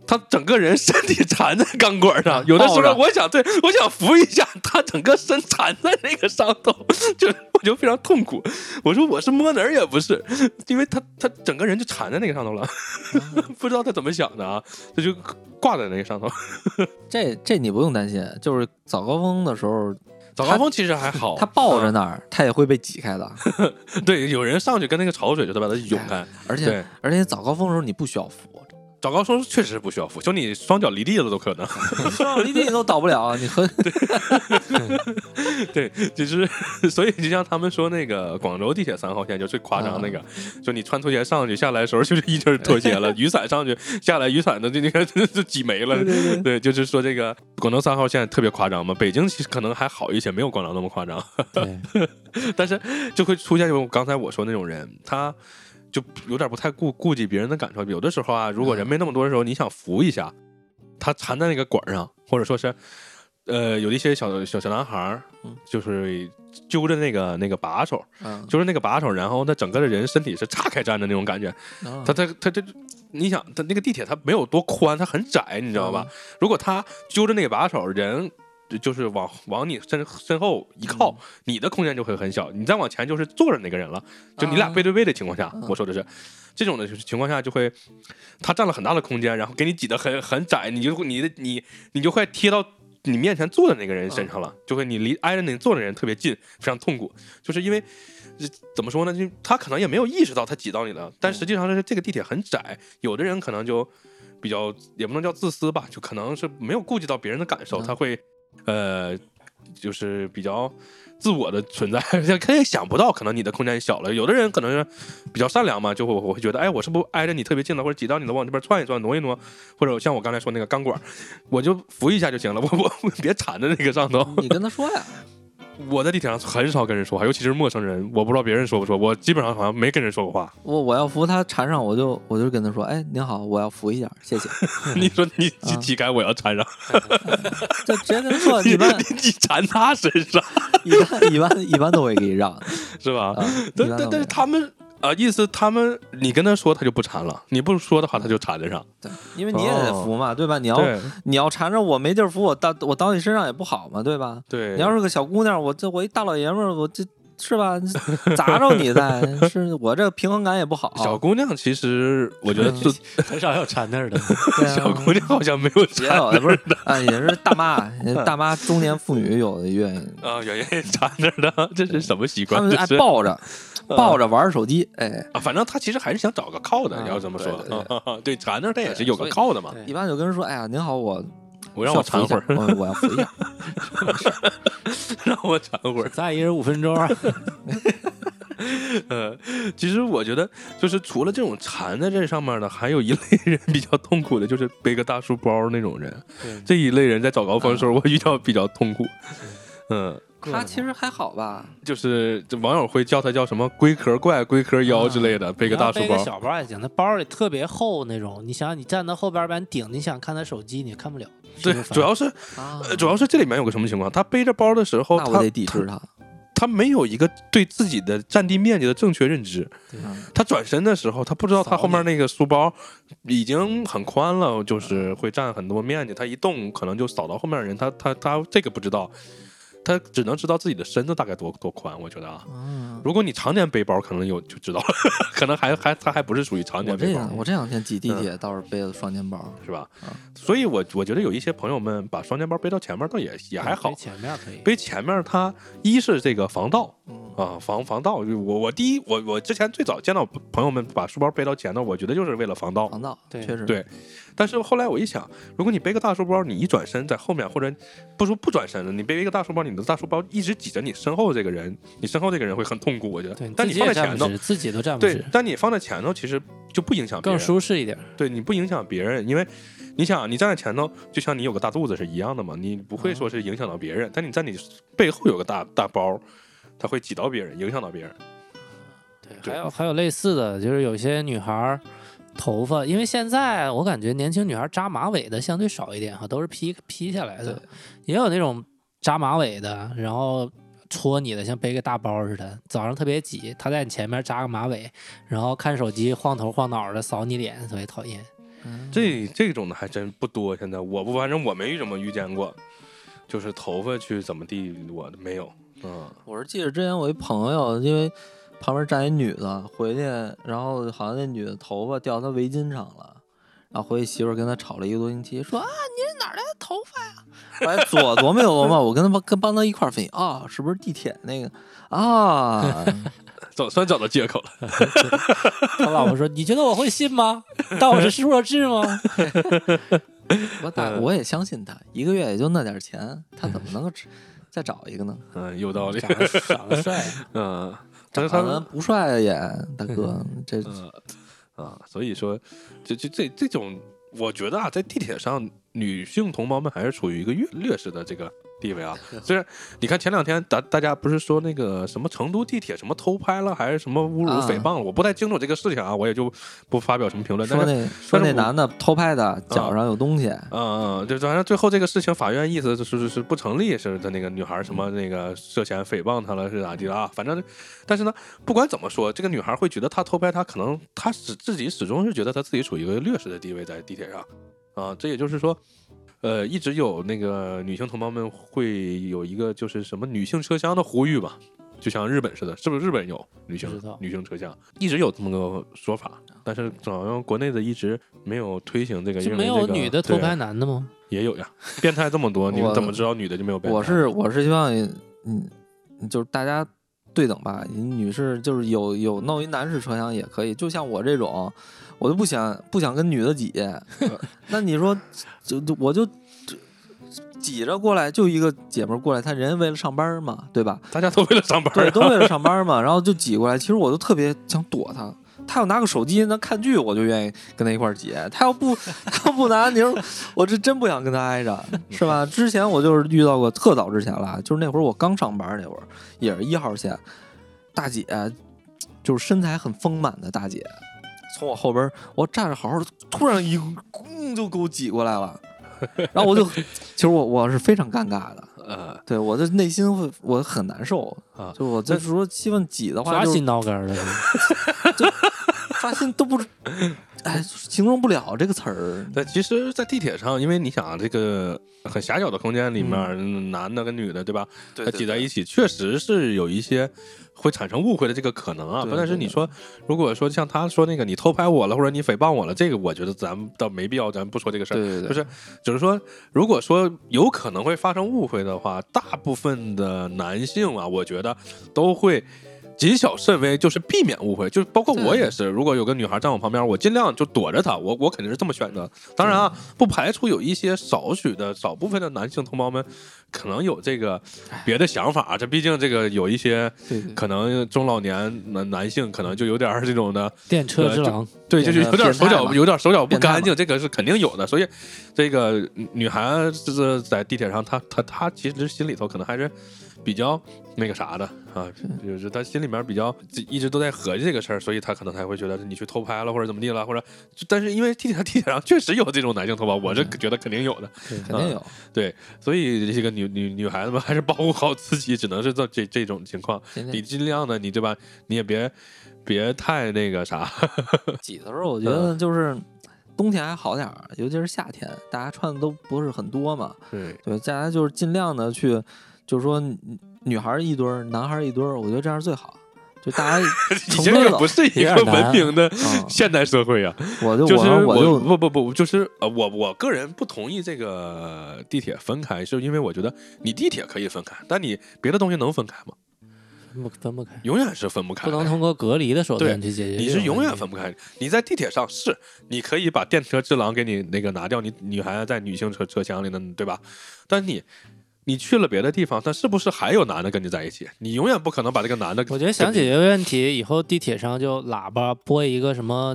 S4: 他整个人身体缠在钢管上，有的时
S5: 抱着
S4: 候我想对我想扶一下，他整个身缠在那个上头，就我就非常痛苦。我说我是摸哪儿也不是，因为他他整个人就缠在那个上头了， 不知道他怎么想的啊，他就挂在那个上头。
S5: 这这你不用担心，就是早高峰的时候，
S4: 早高峰其实还好，
S5: 他抱
S4: 嗯
S5: 着那儿，他也会被挤 开的。
S4: 对，有人上去跟那个潮水就得把他涌开。
S5: 而且
S4: 对，
S5: 而且早高峰的时候你不需要扶，
S4: 早高峰确实不需要扶，就你双脚离地了都可能。
S5: 双脚离地你都倒不了，你和
S4: 对，就是所以就像他们说那个广州地铁三号线就最夸张那个，就你穿拖鞋上去，下来的时候就是一根拖鞋了，雨伞上去，下来雨伞的这那个 就挤没了。 对，就是说这个广州三号线特别夸张嘛，北京其实可能还好一些，没有广州那么夸张，
S6: 对
S4: 但是就会出现我刚才我说那种人，他。就有点不太顾顾及别人的感受，有的时候啊，如果人没那么多的时候，你想扶一下，他缠在那个管儿上，或者说是，呃，有一些小小小男孩儿
S5: 嗯，
S4: 就是揪着那个那个把手，
S5: 嗯，
S4: 揪着那个把手，然后他整个的人身体是岔开站的那种感觉，
S5: 啊
S4: 他他他这你想，它那个地铁它没有多宽，它很窄，你知道吧？如果他揪着那个把手，人就是往往你身身后一靠，你的空间就会很小。你再往前就是坐着那个人了，就你俩
S5: 啊
S4: 背对背的情况下，
S5: 嗯
S4: 我说的是这种的就是情况下就会，他占了很大的空间，然后给你挤得很很窄，你就你的你你就快贴到。你面前坐的那个人身上了，
S5: 嗯
S4: 就会你离挨着你坐的人特别近，非常痛苦，就是因为怎么说呢？就他可能也没有意识到他挤到你了，但实际上是这个地铁很窄，有的人可能就比较也不能叫自私吧，就可能是没有顾及到别人的感受，
S5: 嗯
S4: 他会呃就是比较自我的存在， 他也想不到可能你的空间小了。有的人可能是比较善良嘛，就会我会觉得，哎，我是不是挨着你特别近了，或者挤到你了，往这边窜一窜，挪一挪，或者像我刚才说那个钢管，我就扶一下就行了，我 我我别缠在那个上头。
S5: 你跟他说呀，
S4: 我在地铁上很少跟人说话，尤其是陌生人，我不知道别人说不说，我基本上好像没跟人说过话。
S5: 我我要扶他缠上，我就我就跟他说，哎，您好，我要扶一下，谢谢。
S4: 你说你
S5: 啊
S4: 挤挤开，我要缠上，
S5: 就直接跟他说，一般
S4: 你你缠他身上
S5: 一般一般一般都会给你 让的
S4: 是吧？
S5: 啊。一
S4: 但
S5: 般
S4: 但但
S5: 都会
S4: 是他们啊，意思他们你跟他说他就不缠了，你不说的话他就缠得上。
S5: 对，因为你也得扶嘛，对吧？你要
S4: 哦对
S5: 你要缠着我没地儿扶，我倒我倒你身上也不好嘛，对吧？
S4: 对，
S5: 你要是个小姑娘，我这我一大老爷们儿，我这是吧？砸着 你在，是我这平衡感也不好。
S4: 小姑娘，其实我觉得
S6: 嗯
S4: 最
S6: 很少有缠那儿的。
S5: 对啊
S4: 小姑娘好像没有
S5: 也
S4: 缠
S5: 有的不是啊，也是大 妈，大妈中年妇女有的愿意，
S4: 啊，圆圆缠着的， 这是什么习
S5: 他
S4: 惯？
S5: 们
S4: 这
S5: 爱
S4: 是嗯
S5: 抱着抱着玩手机，哎，
S4: 啊，反正他其实还是想找个靠的，你要这么说
S5: 啊对对，
S4: 啊对，缠着他也是有个靠的嘛。
S6: 对
S5: 一般就跟人说，哎呀，您好，我
S4: 我让我缠会儿，
S5: 需要扶一下我我要扶一下，
S4: 让我缠会儿。
S6: 再一人五分钟啊，
S4: 呃，其实我觉得，就是除了这种缠在这上面的，还有一类人比较痛苦的，就是背个大书包那种人。 这一类人在早高峰的时候，我遇到比较痛苦。嗯，
S5: 他其实还好吧，
S4: 就是这网友会叫他叫什么“龟壳怪”“龟壳妖”之类的，背个大书
S6: 嗯背个
S4: 包。
S6: 小包也行，他包里特别厚那种。你想，你站到后边儿把你顶，你想看他手机，你看不了。
S4: 对
S6: 是不，是
S4: 主要是
S5: 啊，
S4: 呃主要是这里面有个什么情况？他背着包的时候，
S5: 那我
S4: 他
S5: 得抵制他，
S4: 他没有一个对自己的占地面积的正确认知
S6: 对。
S5: 啊
S4: 他转身的时候，他不知道他
S6: 扫你
S4: 后面那个书包已经很宽了，就是会占很多面积。他一动，可能就扫到后面的人。他他他这个不知道，他只能知道自己的身子大概多多宽。我觉得啊，
S5: 嗯，
S4: 如果你常年背包，可能有就知道了， 可能还还他还不是属于常
S5: 我
S4: 年
S5: 这
S4: 背包
S5: 两。我这两天挤地铁倒是背了双肩包，
S4: 是吧
S5: 啊？
S4: 所以我，我觉得有一些朋友们把双肩包背到前面，倒也也还好
S6: 啊背。前面可以。
S4: 背前面它一是这个防盗
S5: 嗯
S4: 啊，防防盗。就我我第一，我我之前最早见到朋友们把书包背到前头，我觉得就是为了防盗。
S5: 防盗，
S6: 对
S5: 确实
S4: 对但是后来我一想，如果你背个大书包，你一转身在后面，或者不说不转身了，你背一个大书包，你的大书包一直挤着你身后这个人，你身后这个人会很痛苦，我觉
S6: 对
S4: 得。，但你
S6: 自己
S4: 放在
S6: 也
S4: 前
S6: 站不
S4: 头，
S6: 直，自己都站不
S4: 对
S6: 直，，
S4: 但你放在前头其实就不影响别
S6: 更
S4: 人，
S6: 舒适一点。
S4: 对你不影响别人，因为你想你站在前头，就像你有个大肚子是一样的嘛，你不会说是影响到别人，但你在你背后有个大大包，它会挤到别人，影响到别人。
S6: 对，
S4: 对
S6: 还有还有类似的，就是有些女孩儿头发，因为现在我感觉年轻女孩扎马尾的相对少一点哈，都是披披下来的
S5: 对，
S6: 也有那种扎马尾的，然后戳你的，像背个大包似的，早上特别挤，她在你前面扎个马尾，然后看手机晃头晃脑的扫你脸，特别讨 厌。
S5: 嗯
S4: 这这种的还真不多，现在我不反正我没怎么遇见过，就是头发去怎么地，我没有。嗯，
S5: 我是记得之前我一朋友，因为旁边站一女的，回去，然后好像那女的头发掉她围巾上了，然后回去媳妇儿跟他吵了一个多星期，说啊你是哪儿来的头发呀？我还左 琢磨右琢磨，我跟他帮跟帮他一块儿分析啊，是不是地铁那个啊？
S4: 总算找到借口了。
S6: 他老婆说：“你觉得我会信吗？ 当我是施若智吗
S5: 我打
S4: 嗯
S5: 我也相信他，一个月也就那点儿钱，他怎么能够吃再找一个呢？
S4: 嗯，有道理？”
S6: 长。得长得帅，
S4: 嗯，但是
S5: 长
S4: 他
S5: 得
S4: 们
S5: 不帅也，大哥，这
S4: 嗯啊，所以说，这这这这种，我觉得啊，在地铁上，女性同胞们还是处于一个劣劣势的这个地位啊。就是你看前两天大大家不是说那个什么成都地铁什么偷拍了，还是什么侮辱
S5: 啊
S4: 诽谤了，我不太清楚这个事情啊，我也就不发表什么评论。但
S5: 说
S4: 是
S5: 那说
S4: 但是嗯
S5: 那
S4: 我
S5: 男的偷拍的脚上有东西，
S4: 嗯嗯，就反正最后这个事情，法院意思就是是是不成立，是他那个女孩什么那个涉嫌诽谤他了，是咋地了啊？反正，但是呢，不管怎么说，这个女孩会觉得她偷拍她，可能她始自己始终是觉得她自己处于一个劣势的地位在地铁上啊。这也就是说，呃，一直有那个女性同胞们会有一个就是什么女性车厢的呼吁吧，就像日本似的，是不是日本有女性
S6: 不知道
S4: 女性车厢，一直有这么个说法，但是好像国内的一直没有推行这个，
S6: 就
S4: 因为
S6: 没有
S4: 这个
S6: 女的偷
S4: 对
S6: 拍男的吗？
S4: 也有呀， 变态这么多，你们
S5: 我
S4: 怎么知道女的就没有变态？啊
S5: 我是我是希望，嗯，就是大家对等吧。女士就是有有弄一男士车厢也可以，就像我这种，我就不想不想跟女的挤。
S4: 嗯
S5: 那你说，就就我就就挤着过来，就一个姐们儿过来，她人家为了上班嘛，对吧？
S4: 大家都为了上班
S5: 对，
S4: 啊，
S5: 都为了上班嘛，然后就挤过来。其实我就特别想躲她。她要拿个手机那看剧，我就愿意跟她一块儿挤。她要不，她要不拿，你说我这真不想跟她挨着，是吧？之前我就是遇到过，特早之前了，就是那会儿我刚上班那会儿，也是一号线，大姐就是身材很丰满的大姐，从我后边儿，我站着好好的，突然一咣就给我挤过来了，然后我就，其实我我是非常尴尬的，
S4: 呃，
S5: 对我的内心会我很难受
S4: 啊
S5: 就我就是说希望挤的话
S6: 抓
S5: 就
S6: 心挠肝儿的，
S5: 抓心 都不是，哎，形容不了这个词儿。
S4: 但其实，在地铁上，因为你想啊这个很狭小的空间里面，男的跟女的，对吧？
S5: 嗯对
S4: 它挤在一起，确实是有一些会产生误会的这个可能啊。
S5: 对
S4: 但是
S5: 对
S4: 你
S5: 的
S4: 说，如果说像他说那个你偷拍我了，或者你诽谤我了，这个我觉得咱们倒没必要，咱不说这个事儿。
S5: 对对对，
S4: 就是，只是说，如果说有可能会发生误会的话，大部分的男性啊，我觉得都会谨小慎微，就是避免误会。就是包括我
S5: 对
S4: 也是，如果有个女孩站我旁边，我尽量就躲着她，我我肯定是这么选择。当然啊，不排除有一些少许的少部分的男性同胞们可能有这个别的想法，啊这毕竟这个有一些
S5: 对对
S4: 可能中老年男男性可能就有点儿这种的。
S6: 电车之狼，
S4: 对，就是有点手
S5: 变态
S4: 脚
S5: 嘛
S4: 有点手脚不
S5: 变态嘛
S4: 干净，这个是肯定有的。所以，这个女孩就是在地铁上，她她她其实心里头可能还是比较那个啥的啊，就是她心里面比较一直都在合计这个事儿，所以她可能才会觉得你去偷拍了或者怎么地了，或者就但是因为地铁地铁上确实有这种男性偷拍，我是觉得肯定有的。
S5: 肯定
S4: 嗯
S5: 有。
S4: 所以这个女女女孩子们还是保护好自己，只能是这这这种情况，
S5: 今
S4: 你
S5: 天
S4: 尽量的你对吧？你也别别太那个啥，
S5: 挤的时候，我觉得就是冬天还好点儿，尤其是夏天，大家穿的都不是很多嘛。
S4: 对。
S5: 对，大家就是尽量的去，就是说女女孩儿一堆儿，男孩儿一堆儿，我觉得这样最好。就 大家
S4: 已
S5: 成
S4: 经
S5: 对
S4: 也
S5: 了
S4: 不是一个文明的
S5: 啊，
S4: 现代社会呀、
S5: 我就
S4: 就是
S5: 我我就
S4: 不不不，就是呃，我我个人不同意这个地铁分开，是因为我觉得你地铁可以分开，但你别的东西能分开吗？
S6: 分不分不开，
S4: 永远是分不开
S6: 不
S4: 的，
S6: 能通过隔离的手段去解决这种问题。
S4: 你是永远分不开。你在地铁上是，你可以把电车之狼给你那个拿掉，你女孩在女性车车厢里呢，对吧？但你你去了别的地方，那是不是还有男的跟你在一起？你永远不可能把这个男的，
S6: 我觉得想解决问题，以后地铁上就喇叭播一个什么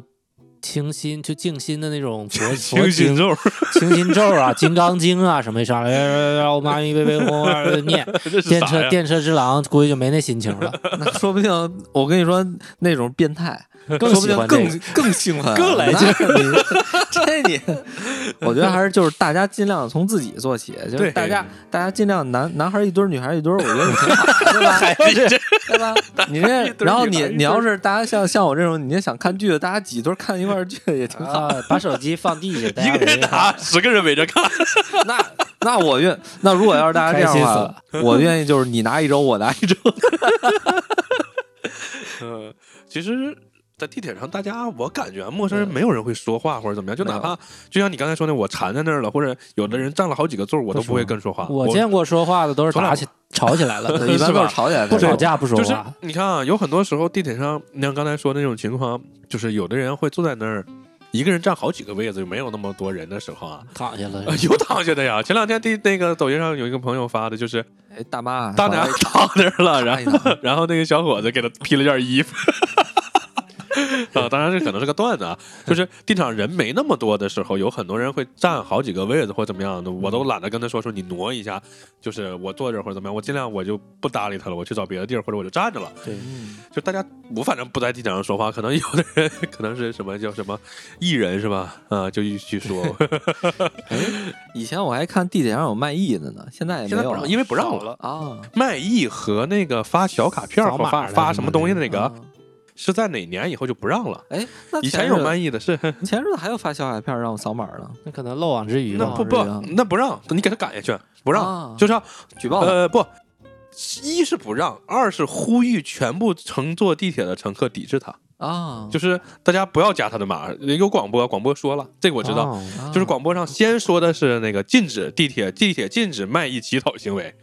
S6: 清心，就静心的那种佛佛
S4: 清醒
S6: 经、
S4: 咒，
S6: 清心咒啊、金刚经啊什么一上来，让我妈咪呗呗哄啊念。
S4: 这 是
S6: 电
S4: 啥
S6: 车
S4: 呀？
S6: 电车之狼估计就没那心情了，
S5: 那说不定我跟你说那种变态，
S6: 更
S5: 说不
S6: 喜
S5: 定
S6: 欢这
S5: 更
S6: 个。
S5: 更兴奋，啊
S6: 更来劲
S5: 那你。这你，我觉得还是就是大家尽量从自己做起，就
S4: 对
S5: 是大家大家尽量男男孩一堆儿，女孩一堆儿，我觉得你挺好， 对吧？对吧？你这
S4: 堆儿
S5: 然后
S4: 女
S5: 你
S4: 孩一堆儿
S5: 你要是大家像像我这种，你也想看剧的，大家挤堆儿看一块儿剧也挺好。
S6: 啊，把手机放地 下，大
S4: 一
S6: 家
S4: 个人
S6: 围着看
S4: 拿，十个人围着看，
S5: 那那我愿那如果要是大家这样的话，我愿意就是你拿一周，我拿 一周。
S4: 嗯， 其实，在地铁上，大家我感觉啊陌生人没有人会说话或者怎么样，就
S5: 没
S4: 哪
S5: 有
S4: 怕就像你刚才说的，我缠在那儿了，或者有的人占了好几个座儿，我都
S6: 不
S4: 不会
S6: 说
S4: 跟说话。
S6: 我见过说话的都是
S4: 从来
S6: 打起吵起来了，
S5: 对一般都是吵起来
S6: 不
S5: 才
S6: 吵
S5: 吵。
S6: 架不说
S4: 就是
S6: 话，
S4: 你看啊，有很多时候地铁上，你像刚才说那种情况，就是有的人会坐在那儿，一个人占好几个位子，没有那么多人的时候啊。
S6: 躺下了
S4: 啊，。 有躺下的呀！前两天地那个抖音上有一个朋友发的，就是
S5: 哎，大妈，
S4: 大娘
S5: 好
S4: 躺那儿了，然
S5: 看一
S4: 后
S5: 看
S4: 然后那个小伙子给他披了件衣服， 啊，当然这可能是个段子啊，就是地上人没那么多的时候，有很多人会占好几个位置或怎么样的，我都懒得跟他说说你挪一下，就是我坐这儿或者怎么样，我尽量我就不搭理他了，我去找别的地儿或者我就站着了。
S6: 对，
S4: 就大家我反正不在地铁上说话，可能有的人 可能是什么叫什么艺人是吧？啊、就去去说，
S5: 以前我还看地铁上有卖艺的呢，现在也
S4: 现在
S5: 没有
S4: 不让，因为不让了。
S5: 啊。
S4: 卖艺和那个发小卡片
S1: 扫
S4: 和
S1: 码
S4: 发
S1: 的
S4: 发
S1: 什
S4: 什
S1: 么
S4: 么东西的那个，
S5: 啊
S4: 是在哪年以后就不让了？
S5: 哎，那
S4: 以前
S5: 日
S4: 有
S5: 子
S4: 卖艺的是，
S5: 前日子还有发小卡片让我扫码呢，
S6: 那可能漏网之鱼
S4: 那
S6: 吧。
S4: 不不
S5: 是这样
S4: 那不让，你给他赶下去，不让，
S5: 啊
S4: 就是要
S5: 举报了。
S4: 呃不，一是不让，二是呼吁全部乘坐地铁的乘客抵制他，
S5: 啊，
S4: 呃就是大家不要加他的码。有广播，广播说了，这个我知道，
S6: 哦
S5: 啊
S4: 就是广播上先说的是那个禁止地铁地铁禁止卖艺乞讨行为，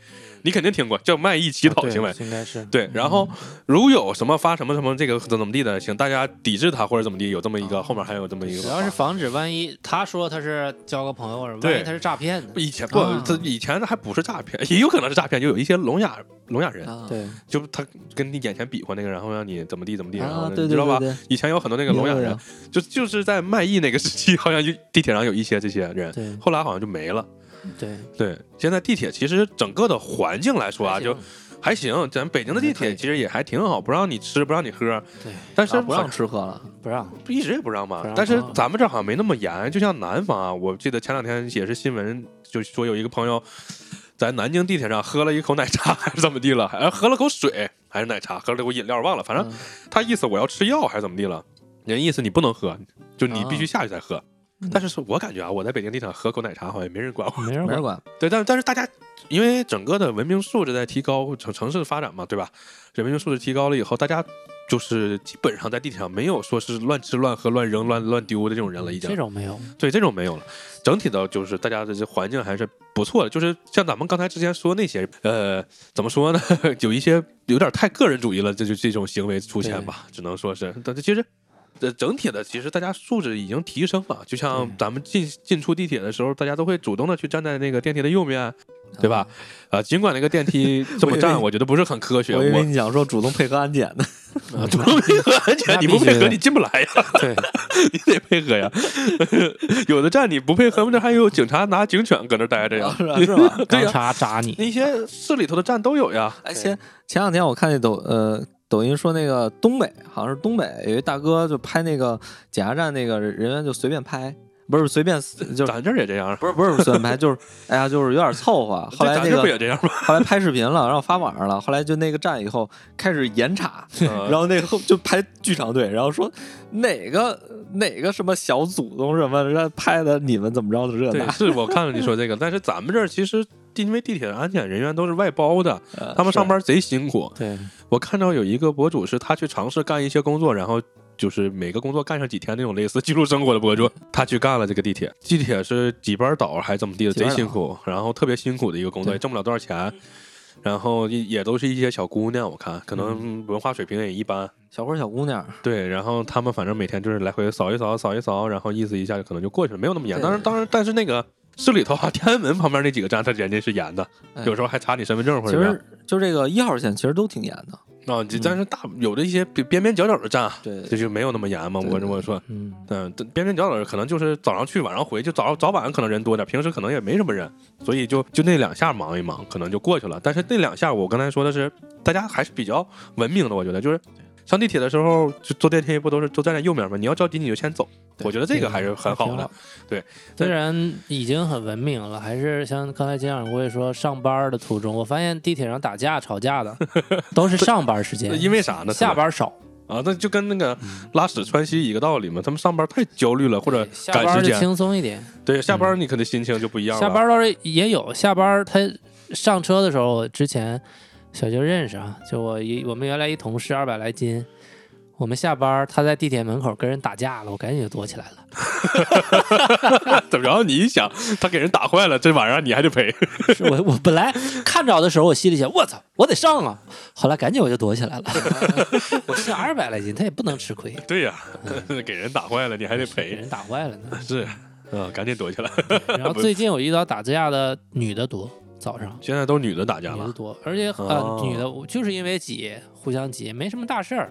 S4: 你肯定听过叫卖艺乞讨行为。
S6: 啊对应该是
S4: 对，然后如有什么发什么什么这个怎么怎么地的，请大家抵制他或者怎么地，有这么一个，后面还有这么一个。
S6: 主要是防止万一他说他是交个朋友，或者万
S4: 对
S6: 一他是诈骗呢？
S4: 以前不
S6: 啊，
S4: 他以前还不是诈骗，也有可能是诈骗，就有一些聋哑聋哑人，
S5: 啊，
S6: 对，
S4: 就他跟你眼前比划那个，然后让你怎么地怎么地，然后
S5: 啊，
S4: 呢
S5: 对
S4: 你知
S5: 对
S4: 道
S5: 对
S4: 吧？
S5: 对，
S4: 以前有很多那个聋哑
S5: 有有
S4: 人
S5: 有，
S4: 就就是在卖艺那个时期，好像就地铁上有一些这些人，
S6: 对
S4: 后来好像就没了。
S6: 对
S4: 对，现在地铁其实整个的环境来说啊，就还行。咱北京的地铁其实也还挺好，不让你吃，不让你喝，
S6: 对，
S4: 但是
S5: 啊不
S4: 好
S5: 让吃喝了，
S6: 不让
S4: 一直也不让嘛
S6: 不。让
S4: 但是
S6: 啊
S4: 咱们这好像没那么严，就像南方啊，我记得前两天也是新闻，就说有一个朋友在南京地铁上喝了一口奶茶还是怎么地了，还喝了口水还是奶茶，喝了口饮料忘了，反正
S5: 嗯
S4: 他意思我要吃药还是怎么地了，人意思你不能喝，就
S6: 啊
S4: 你必须下去再喝。
S6: 嗯
S4: 但是是我感觉啊，我在北京地铁上喝口奶茶好像也没人管我。
S6: 没人
S5: 没
S6: 管
S5: 人。管。
S4: 对，但但是大家因为整个的文明素质在提高，城城市的发展嘛，对吧？人民素质提高了以后，大家就是基本上在地铁上没有说是乱吃乱喝乱扔乱乱丢的这种人了，已经。
S6: 这种没有，
S4: 对这种没有了，整体的就是大家的这环境还是不错的，就是像咱们刚才之前说那些，呃，怎么说呢？ 有一些有点太个人主义了，这就这种行为出现吧，只能说是，但是其实。呃，整体的其实大家素质已经提升了，就像
S6: 对
S4: 咱们进进出地铁的时候，大家都会主动的去站在那个电梯的右面，对
S5: 啊
S4: 吧？
S5: 嗯
S4: 呃，尽管那个电 梯这么站，我觉得不是很科学。
S5: 我以为
S4: 我啊
S5: 你讲说主动配合安检呢，
S4: 主动配合安 全，你不配合你进不来呀。
S6: 对，
S4: 你得配合呀。 有的站你不配合，那还有警察拿警犬搁那待着呀
S5: 哦。是吧？是吧？
S4: 对
S6: 钢
S4: 呀，
S6: 叉扎 你，
S4: 那些市里头的站都有呀。
S5: 哎，前前两天我看那抖呃抖音说那个东北好像是东北有一大哥就拍那个检查站那个人员就随便拍，不是随便就是
S4: 咱这儿也这样，
S5: 不是不是随便拍，就是哎呀就是有点凑 合。后来
S4: 咱
S5: 那
S4: 这儿不
S5: 个
S4: 也这样 吗？
S5: 后来拍视频了，然后发网 上了，后来就那个站以后开始严查，
S4: 啊
S5: 然后那个后就排剧场队，然后说哪个哪个什么小祖宗什么人家拍的你们怎么着的这
S4: 对，
S5: 那，
S4: 是我看了你说这个，但是咱们这儿其实地因为地铁的安检人员都是外包的，
S5: 呃
S4: 他们上
S5: 是
S4: 班贼辛苦。
S6: 对，
S4: 我看到有一个博主是他去尝试干一些工作，然后。就是每个工作干上几天那种类似记录生活的博主，他去干了这个地铁，地铁是几班倒还是怎么地的，
S5: 几班
S4: 贼
S5: 倒
S4: 辛苦，然后特别辛苦的一个工作，
S5: 对
S4: 也挣不了多少钱，然后也也都是一些小姑娘，我看可
S5: 嗯
S4: 能文化水平也一般，
S5: 小伙儿小姑娘，
S4: 对，然后他们反正每天就是来回扫一扫，扫一扫，然后意思一下可能就过去了，没有那么严。
S5: 对
S4: 当然，当然，但是那个市里头啊， 天安门旁边那几个站，他人家是严的，
S5: 哎
S4: 有时候还查你身份证或
S5: 其
S4: 者啥。
S5: 实就这个一号线其实都挺严的。
S4: 啊，
S6: 嗯
S4: 就但是大有的一些边边边角角的站啊，
S5: 对
S4: 这就没有那么严嘛。
S5: 对
S4: 我
S5: 对
S4: 我说，
S6: 嗯，
S4: 嗯，但边边角角可能就是早上去晚上回，就早早晚可能人多点，平时可能也没什么人，所以就就那两下忙一忙，可能就过去了。但是那两下我刚才说的是，大家还是比较文明的，我觉得就是上地铁的时候，就坐电梯不都是都站在右面吗？你要着急你就先走，
S5: 对
S4: 我觉得这个还是很好
S6: 挺
S4: 的。。对，
S6: 虽然已经很文明了，还是像刚才金掌柜说，上班的途中，我发现地铁上打架吵架 的都是上班时间
S4: 那，因为啥呢？
S6: 下班嗯少，
S4: 啊，那就跟那个拉屎窜稀一个道理嘛。他们上班太焦虑了，或者
S6: 下
S4: 赶
S6: 班
S4: 时
S6: 就
S4: 间。
S6: 轻松一点。
S4: 对，下班你可能心情就不一样了。
S6: 下班倒是也有，下班他上车的时候，之前小舅认识啊，就我一我们原来一同事二百来斤，我们下班他在地铁门口跟人打架了，我赶紧就躲起来了。
S4: 怎么着？你一想，他给人打坏了，这晚上你还得赔。
S6: 是我我本来看着的时候，我心里想我操，我得上啊，后来赶紧我就躲起来了。 我心想二百来斤，他也不能吃亏，
S4: 对呀、 给人打坏了，你还得
S6: 给
S4: 赔。
S6: 人打坏了呢。
S4: 是，嗯，赶紧躲起来。
S6: 然后最近我遇到打架的女的多，早上
S4: 现在都女的打架
S6: 女的
S4: 了，
S6: 多，而且呃、
S4: 哦
S6: 女的就是因为挤，互相挤，没什么大事儿。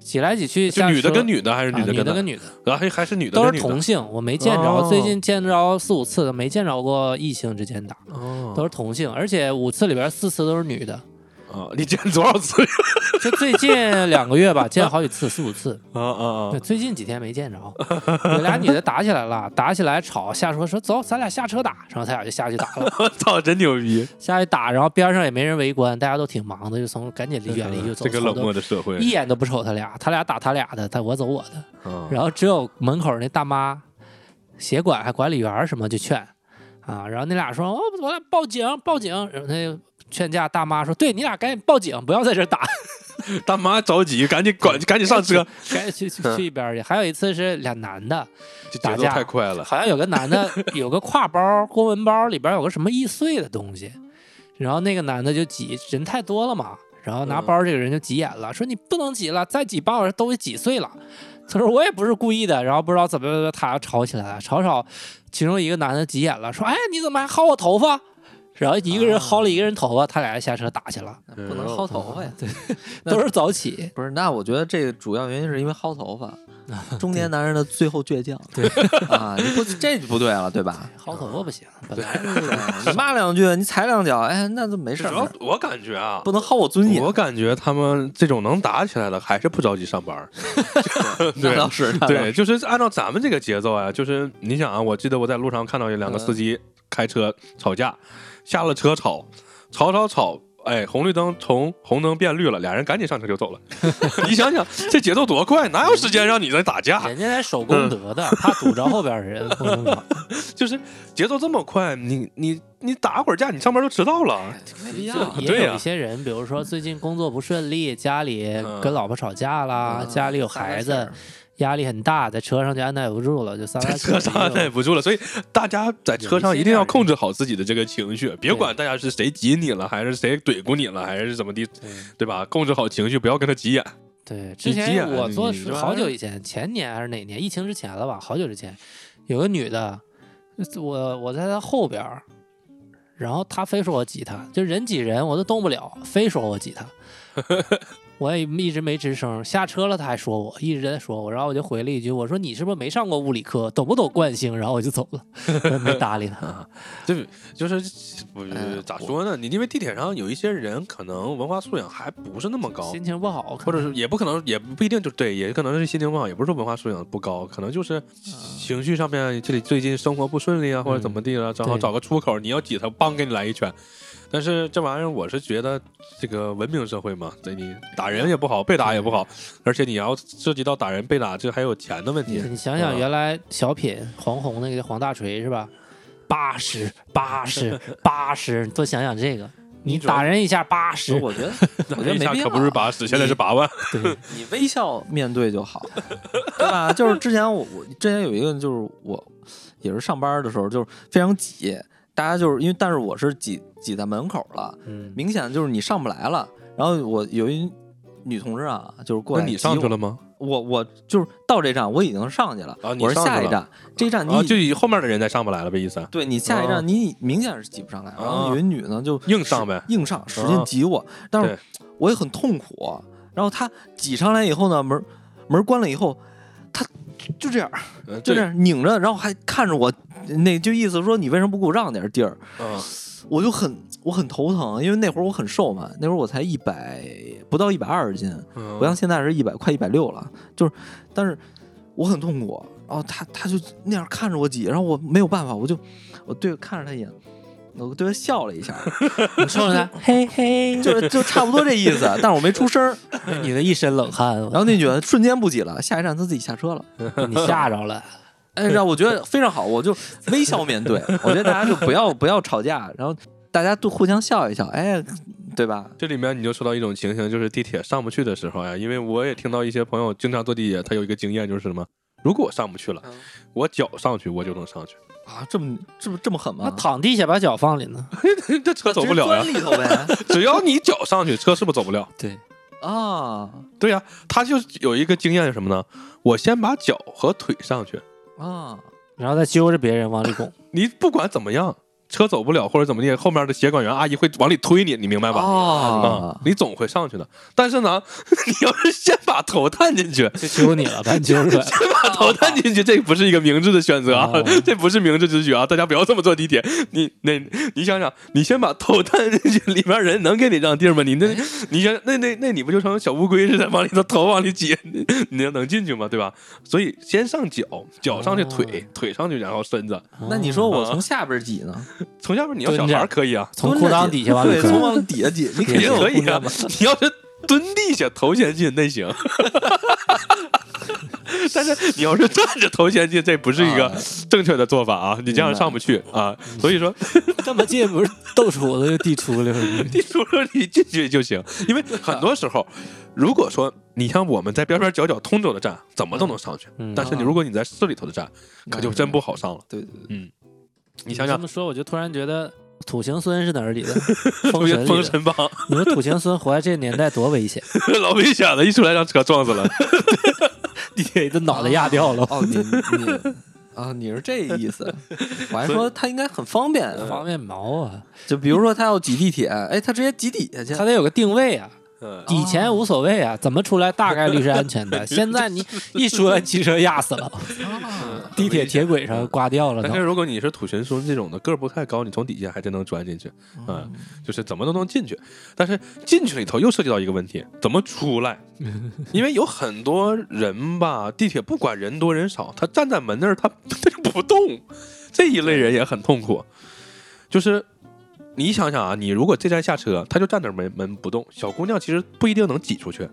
S6: 挤来挤去，
S4: 就
S6: 下
S4: 女的
S6: 车
S4: 跟女的还是
S6: 啊
S4: 女的
S6: 女的
S4: 男
S6: 跟女的
S4: 然后还还是女的
S6: 都
S4: 跟
S6: 是
S4: 女
S6: 同
S4: 的，
S6: 性，我没见着，
S5: 哦
S6: 最近见着四五次，没见着过异性之间打，
S4: 哦
S6: 都是同性，而且五次里边四次都是女的，
S4: 啊，你见多少次？
S6: 就最近两个月吧，见好几次，四五次。
S4: 啊啊
S6: 对，最近几天没见着，有俩女的打起来了，打起来吵，下车说走，咱俩下车打，然后他俩就下去打了，
S4: 啊！ 操，真牛逼！
S6: 下去打，然后边上也没人围观，大家都挺忙的，就从赶紧离 远离就走，
S4: 嗯这个冷
S6: 走
S4: 漠的社会
S6: 都，一眼都不瞅他俩，他俩打他俩的，他我走我的，
S4: 啊
S6: 然后只有门口那大妈、协管还管理员儿什么就劝啊，然后那俩说哦，我俩报警报警，然后那劝架大妈说，对你俩赶紧报警，不要在这儿打，
S4: 大妈着急，赶紧管，赶紧上车，
S6: 赶紧去去去一边儿去。还有一次是俩男的。
S4: 这
S6: 打
S4: 节奏
S6: 架
S4: 太快了。
S6: 好像有个男的有个挎包、公文包里边有个什么易碎的东西，然后那个男的就挤，人太多了嘛，然后拿包这个人就急眼了，说你不能挤了，再挤把我这东西挤碎了。他说我也不是故意的，然后不知道怎么他吵起来了，吵吵，其中一个男的急眼了，说哎你怎么还薅我头发？然后一个人薅了一个人头发，他俩下车打去了，
S5: 不能薅头发呀。对，
S6: 都是早起，
S5: 不是，那我觉得这个主要原因是因为薅 头发，中年男人的最后倔强。对 啊，你不这就不对了，对吧？
S6: 薅头发不行，本来
S5: 对你骂两句，你踩两脚，哎，那就没事
S4: 主
S5: 儿，
S4: 要我感觉啊，
S5: 不能薅我尊严
S4: 我。感觉他们这种能打起来的，还是不着急上班儿。
S5: 那倒是，那倒
S4: 对，就是按照咱们这个节奏啊，就是你想啊，我记得我在路上看到有两个司机开车吵架，下了车吵，吵吵吵，哎，红绿灯从红灯变绿了，俩人赶紧上车就走了。 你想想，这节奏多快，哪有时间让你在打架？
S6: 人家才手工得的，怕堵着后边的人，不能吵。
S4: 就是节奏这么快，你你你打会儿架，你上班就迟到 了。
S5: 没必要。
S6: 就
S4: 啊对
S6: 也有
S4: 呀
S6: 一些人，比如说最近工作不顺利，家里
S4: 嗯
S6: 跟老婆吵架
S4: 啊
S6: 啦，家里有孩子，压力很大，在车上就按耐不住了，就撒
S4: 在
S6: 撒
S4: 车上按耐不住了，所以大家在车上一定要控制好自己的这个情绪，别管大家是谁挤你了，还是谁怼过你了，还是怎么地，对吧？控制好情绪，不要跟他急眼。
S6: 对，之
S4: 你急
S6: 前
S4: 眼
S6: 我做
S4: 你这玩意儿
S6: 好久以前，前年还是哪年，疫情之前了吧？好久之前，有个女的，呃我我在她后边儿，然后她非说我挤她，就人挤人我都动不了，非说 我挤她，我也一直没吱声。下车了她还说我，一直在说我，然后我就回了一句，我说你是不是没上过物理课，懂不懂惯性？然后我就走了，我也没搭理她。
S4: 对，就是我
S5: 哎
S4: 咋说呢？你因为地铁上有一些人可能文化素养还不是那么高，
S6: 心情不好，
S4: 或者
S5: 嗯
S4: 是也不可能，也不一定就对，也可能是心情不好，也不是说文化素养不高，可能就是
S5: 嗯
S4: 情绪上面这里最近生活不顺利啊，或者怎么地了，正好
S6: 对
S4: 找个出口，你要挤他，梆给你来一拳。但是这玩意儿，我是觉得这个文明社会嘛，对你打人也不好，被打也不好，而且你要涉及到打人、被打，这还有钱的问题。
S6: 你想想，
S4: 嗯
S6: 原来小品黄宏那个叫黄大锤是吧？八十八十八十，多想想这个，你
S5: 主要
S6: 打人一下八十，
S5: 我觉 得，我觉得
S4: 一
S5: 没
S4: 下
S5: 必要。啊
S4: 可不是八十，现在是八万。
S6: 对，
S5: 你微笑面对 就好，对吧？就是之前我我之前有一个就是我也是上班的时候就是非常挤，大家就是因为但是我是挤挤在门口了，
S6: 嗯，
S5: 明显就是你上不来了。然后我有一女同志啊，就是过
S4: 那
S5: 来，
S4: 你上去了？吗？
S5: 我我就是到这站我已经上去了，
S4: 啊你
S5: 我是
S4: 上去
S5: 下一
S4: 了
S5: 站，这一站你已、
S4: 啊，就以后面的人再上不来了呗，意思
S5: 对你下一
S4: 啊
S5: 站你明显是挤不上来，然
S4: 哦
S5: 后有一女呢就
S4: 硬上呗。
S5: 硬上，使劲挤我，但是
S4: 嗯对
S5: 我也很痛苦。然后他挤上来以后呢，门门关了以后，他就这样，
S4: 呃
S5: 就这，样拧着，然后还看着我，那就意思说你为什么不给我让点地儿？
S4: 嗯
S5: 我就很我很头疼，因为那会儿我很瘦嘛，那会儿我才一百不到一百二十斤，
S4: 嗯
S5: 不像现在是一百快一百六了，就是，但是我很痛苦。然后他他就那样看着我挤，然后我没有办法，我就我对看着他一眼，我对他笑了一下，
S6: 你冲着他，嘿 嘿，
S5: 就是就差不多这意思，但是我没出声儿。
S6: 你的一身冷汗，
S5: 然后那女的瞬间不挤了，下一站她自己下车了。
S6: 你吓着了，
S5: 哎，让我觉得非常好，我就微笑面对。我觉得大家就不要不要吵架，然后大家都互相笑一笑，哎，对吧？
S4: 这里面你就说到一种情形，就是地铁上不去的时候呀，因为我也听到一些朋友经常坐地铁，他有一个经验就是什么，如果我上不去了，我脚上去我就能上去，
S5: 啊，这么这么这么狠
S6: 那
S5: 吗？
S6: 躺地下把脚放里呢，
S4: 这车走不了呀
S5: 直。接钻里头呗。
S4: 只要你脚上去，车是不是走不了？
S6: 对，
S5: 啊
S4: 对呀、他就有一个经验是什么呢？我先把脚和腿上去，
S5: 啊，
S6: 然后再揪着别人往里拱，
S4: 你不管怎么样，车走不了或者怎么地，后面的协管员阿姨会往里推你，你明白吧？
S5: 啊
S4: 啊，，你总会上去的。但是呢， 你要是先把头探进去，
S6: 就揪你了，把你揪 出来。
S4: 把头探进去，这不是一个明智的选择啊
S6: 哦，
S4: 这不是明智之举啊！大家不要这么坐地铁。你那，你想想，你先把头探进去，里面人能给你让地儿吗？你那，
S6: 哎
S4: 你想那那那你不就成小乌龟似的，往里头头往里挤， 你你能进去吗？对吧？所以先上脚，脚
S6: 哦
S4: 上去腿，腿上去，然后身子。
S5: 那你说我从下边挤呢？
S4: 从下边你要小
S6: 蹲着
S4: 孩儿可以啊，
S6: 从裤
S5: 蹲着
S6: 裆
S5: 挤
S6: 底下往里
S5: 对，
S6: 钻
S5: 从往底下挤，你肯定
S4: 也
S5: 有
S4: 可以
S5: 空
S4: 啊
S5: 间嘛。。
S4: 你要是蹲地下头先进那 行，但是你要是站着头先进，这不是一个正确的做法啊！你这样上不去啊。所以说，
S6: 这么近不是豆厨子就地厨了？
S4: 你除了你进去就行，因为很多时候，如果说你像我们在边边角角通州的站，怎么都能上去，
S6: 嗯
S4: 但是你如果你在市里头的站，可就真不好上了。
S5: 对对对，
S4: 你想
S6: 这
S4: 想，
S6: 么说，我就突然觉得土行孙是哪儿里 的？
S4: 封
S6: 封神
S4: 神
S6: 里
S4: 封
S6: 的。
S4: 神榜
S6: 你说土行孙活在这年代多危险，
S4: 老危险了，一出来让车撞死 了。
S6: 地铁的脑袋压掉 了。
S5: 哦，你你啊，你是这意思？我还说他应该很方便，
S6: 方便毛 啊，
S5: 就比如说他要挤地铁，哎，他直接挤底下去
S6: 他。得有个定位啊。
S4: 嗯，
S6: 以前无所谓啊，怎么出来大概率是安全 的。现在你一出来，汽车压 死了，地铁铁轨上刮掉了
S4: 但
S6: 都
S4: 是。如果你是土行孙这种的，个儿不太高，你从底下还真能钻进去，
S6: 哦
S4: 嗯，就是怎么都能进去。但是进去里头又涉及到一个问题，怎么出 来？因为有很多人吧，地铁不管人多人少，他站在门那儿，他 他就不动，这一类人也很痛苦。就是你想想啊，你如果这站下车，他就站那儿门门不动，小姑娘其实不一定能挤出去。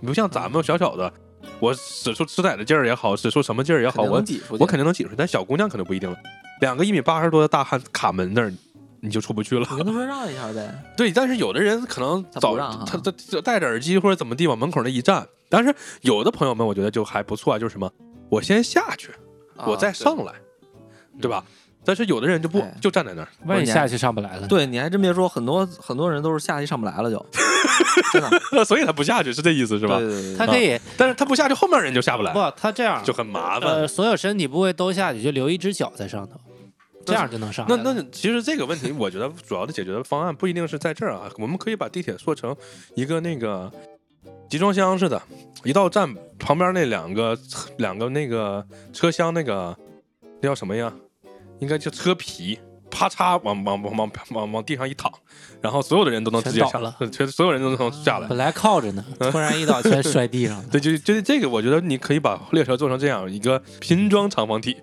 S4: 你不像咱们小小的，我使出吃奶的劲儿也好，使出什么劲儿也好，
S5: 肯定
S4: 我
S5: 能挤出去。
S4: 我肯定能挤出去，但小姑娘可能不一定了。两个一米八十多的大汉卡门那儿，你就出不去了。
S5: 你跟他说让一下呗。
S4: 对，但是有的人可能
S5: 嗯他不
S4: 早
S5: 让啊
S4: 他他他戴着耳机或者怎么地往门口那一站，但是有的朋友们我觉得就还不错啊，就是什么，我先下去，
S5: 啊
S4: 我再上来，对吧？但是有的人就不
S5: 哎
S4: 就站在那儿，
S6: 万一下去上不来了，
S5: 对，你还真别说，很多很多人都是下去上不来了 就，真的
S4: 所以他不下去是这意思是
S5: 对
S4: 吧？
S5: 对 对
S6: 他
S5: 对，
S6: 可以
S4: 但是他不下去，后面人就下不来，
S6: 不，他这样
S4: 就很麻烦。
S6: 呃，所有身体部位都下去，就留一只脚在上头，这样就能上来
S4: 那
S6: 了。
S4: 那其实这个问题，我觉得主要的解决的方案不一定是在这儿啊。我们可以把地铁做成一个那个集装箱似的，一到站旁边那两个两个那个车厢那个那叫什么呀？应该叫车皮，啪嚓往往往往往往地上一躺，然后所有的人都能直接
S6: 全倒
S4: 下
S6: 了，
S4: 全所有人都能下来。
S6: 本来靠 着呢，突然一倒全摔地 上了。
S4: 对，就就是这个，我觉得你可以把列车做成这样一个拼装长方体，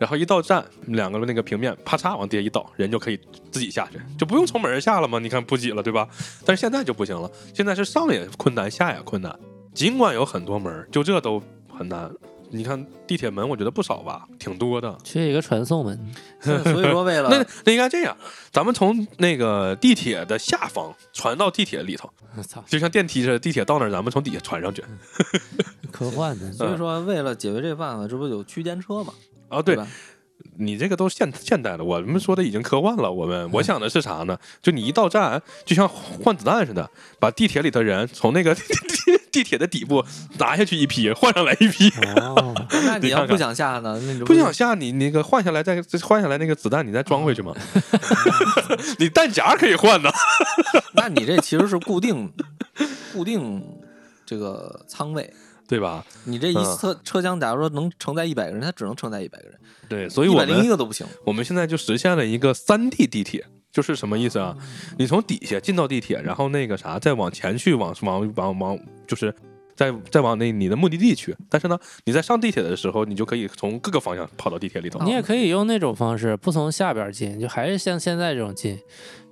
S4: 然后一到站，两个那个平面啪嚓往地下一倒，人就可以自己下去，就不用从门儿下了嘛。你看不挤了，对吧？但是现在就不行了，现在是上也困难，下也困难。尽管有很多门儿，就这都很难。你看地铁门，我觉得不少吧，挺多的。
S6: 缺一个传送门，
S5: 所以所以说为了
S4: 那那应该这样，咱们从那个地铁的下方传到地铁里头，
S6: 我操，
S4: 就像电梯似的，地铁到那儿咱们从底下传上去。
S6: 科幻呢？
S5: 所以说为了解决这个办法，这不有区间车嘛？
S4: 啊，
S5: 对
S4: 对，
S5: 吧？
S4: 你这个都现现代了，我们说的已经科幻了。我们我想的是啥呢？就你一到站，就像换子弹似的，把地铁里的人从那个地 铁的底部拿下去一批，换上来一批。
S6: 哦，
S5: 那你
S4: 你看
S5: 要
S4: 看
S5: 不想下呢？那你
S4: 不想下你那个换下来再再换下来那个子弹，你再装回去吗？ 你弹夹可以换的。
S5: 那你这其实是固定固定这个仓位。
S4: 对吧？
S5: 你这一
S4: 嗯
S5: 车车厢，假如说能承载一百个人，它只能承载一百个人，
S4: 对，所以
S5: 一
S4: 我
S5: 百零一
S4: 们
S5: 个都不行。
S4: 我们现在就实现了一个三 D 地铁，就是什么意思啊？你从底下进到地铁，然后那个啥，再往前去，往往往往，就是再再往那你的目的地去。但是呢，你在上地铁的时候，你就可以从各个方向跑到地铁里头。
S7: 哦
S6: 你也可以用那种方式，不从下边进，就还是像现在这种进，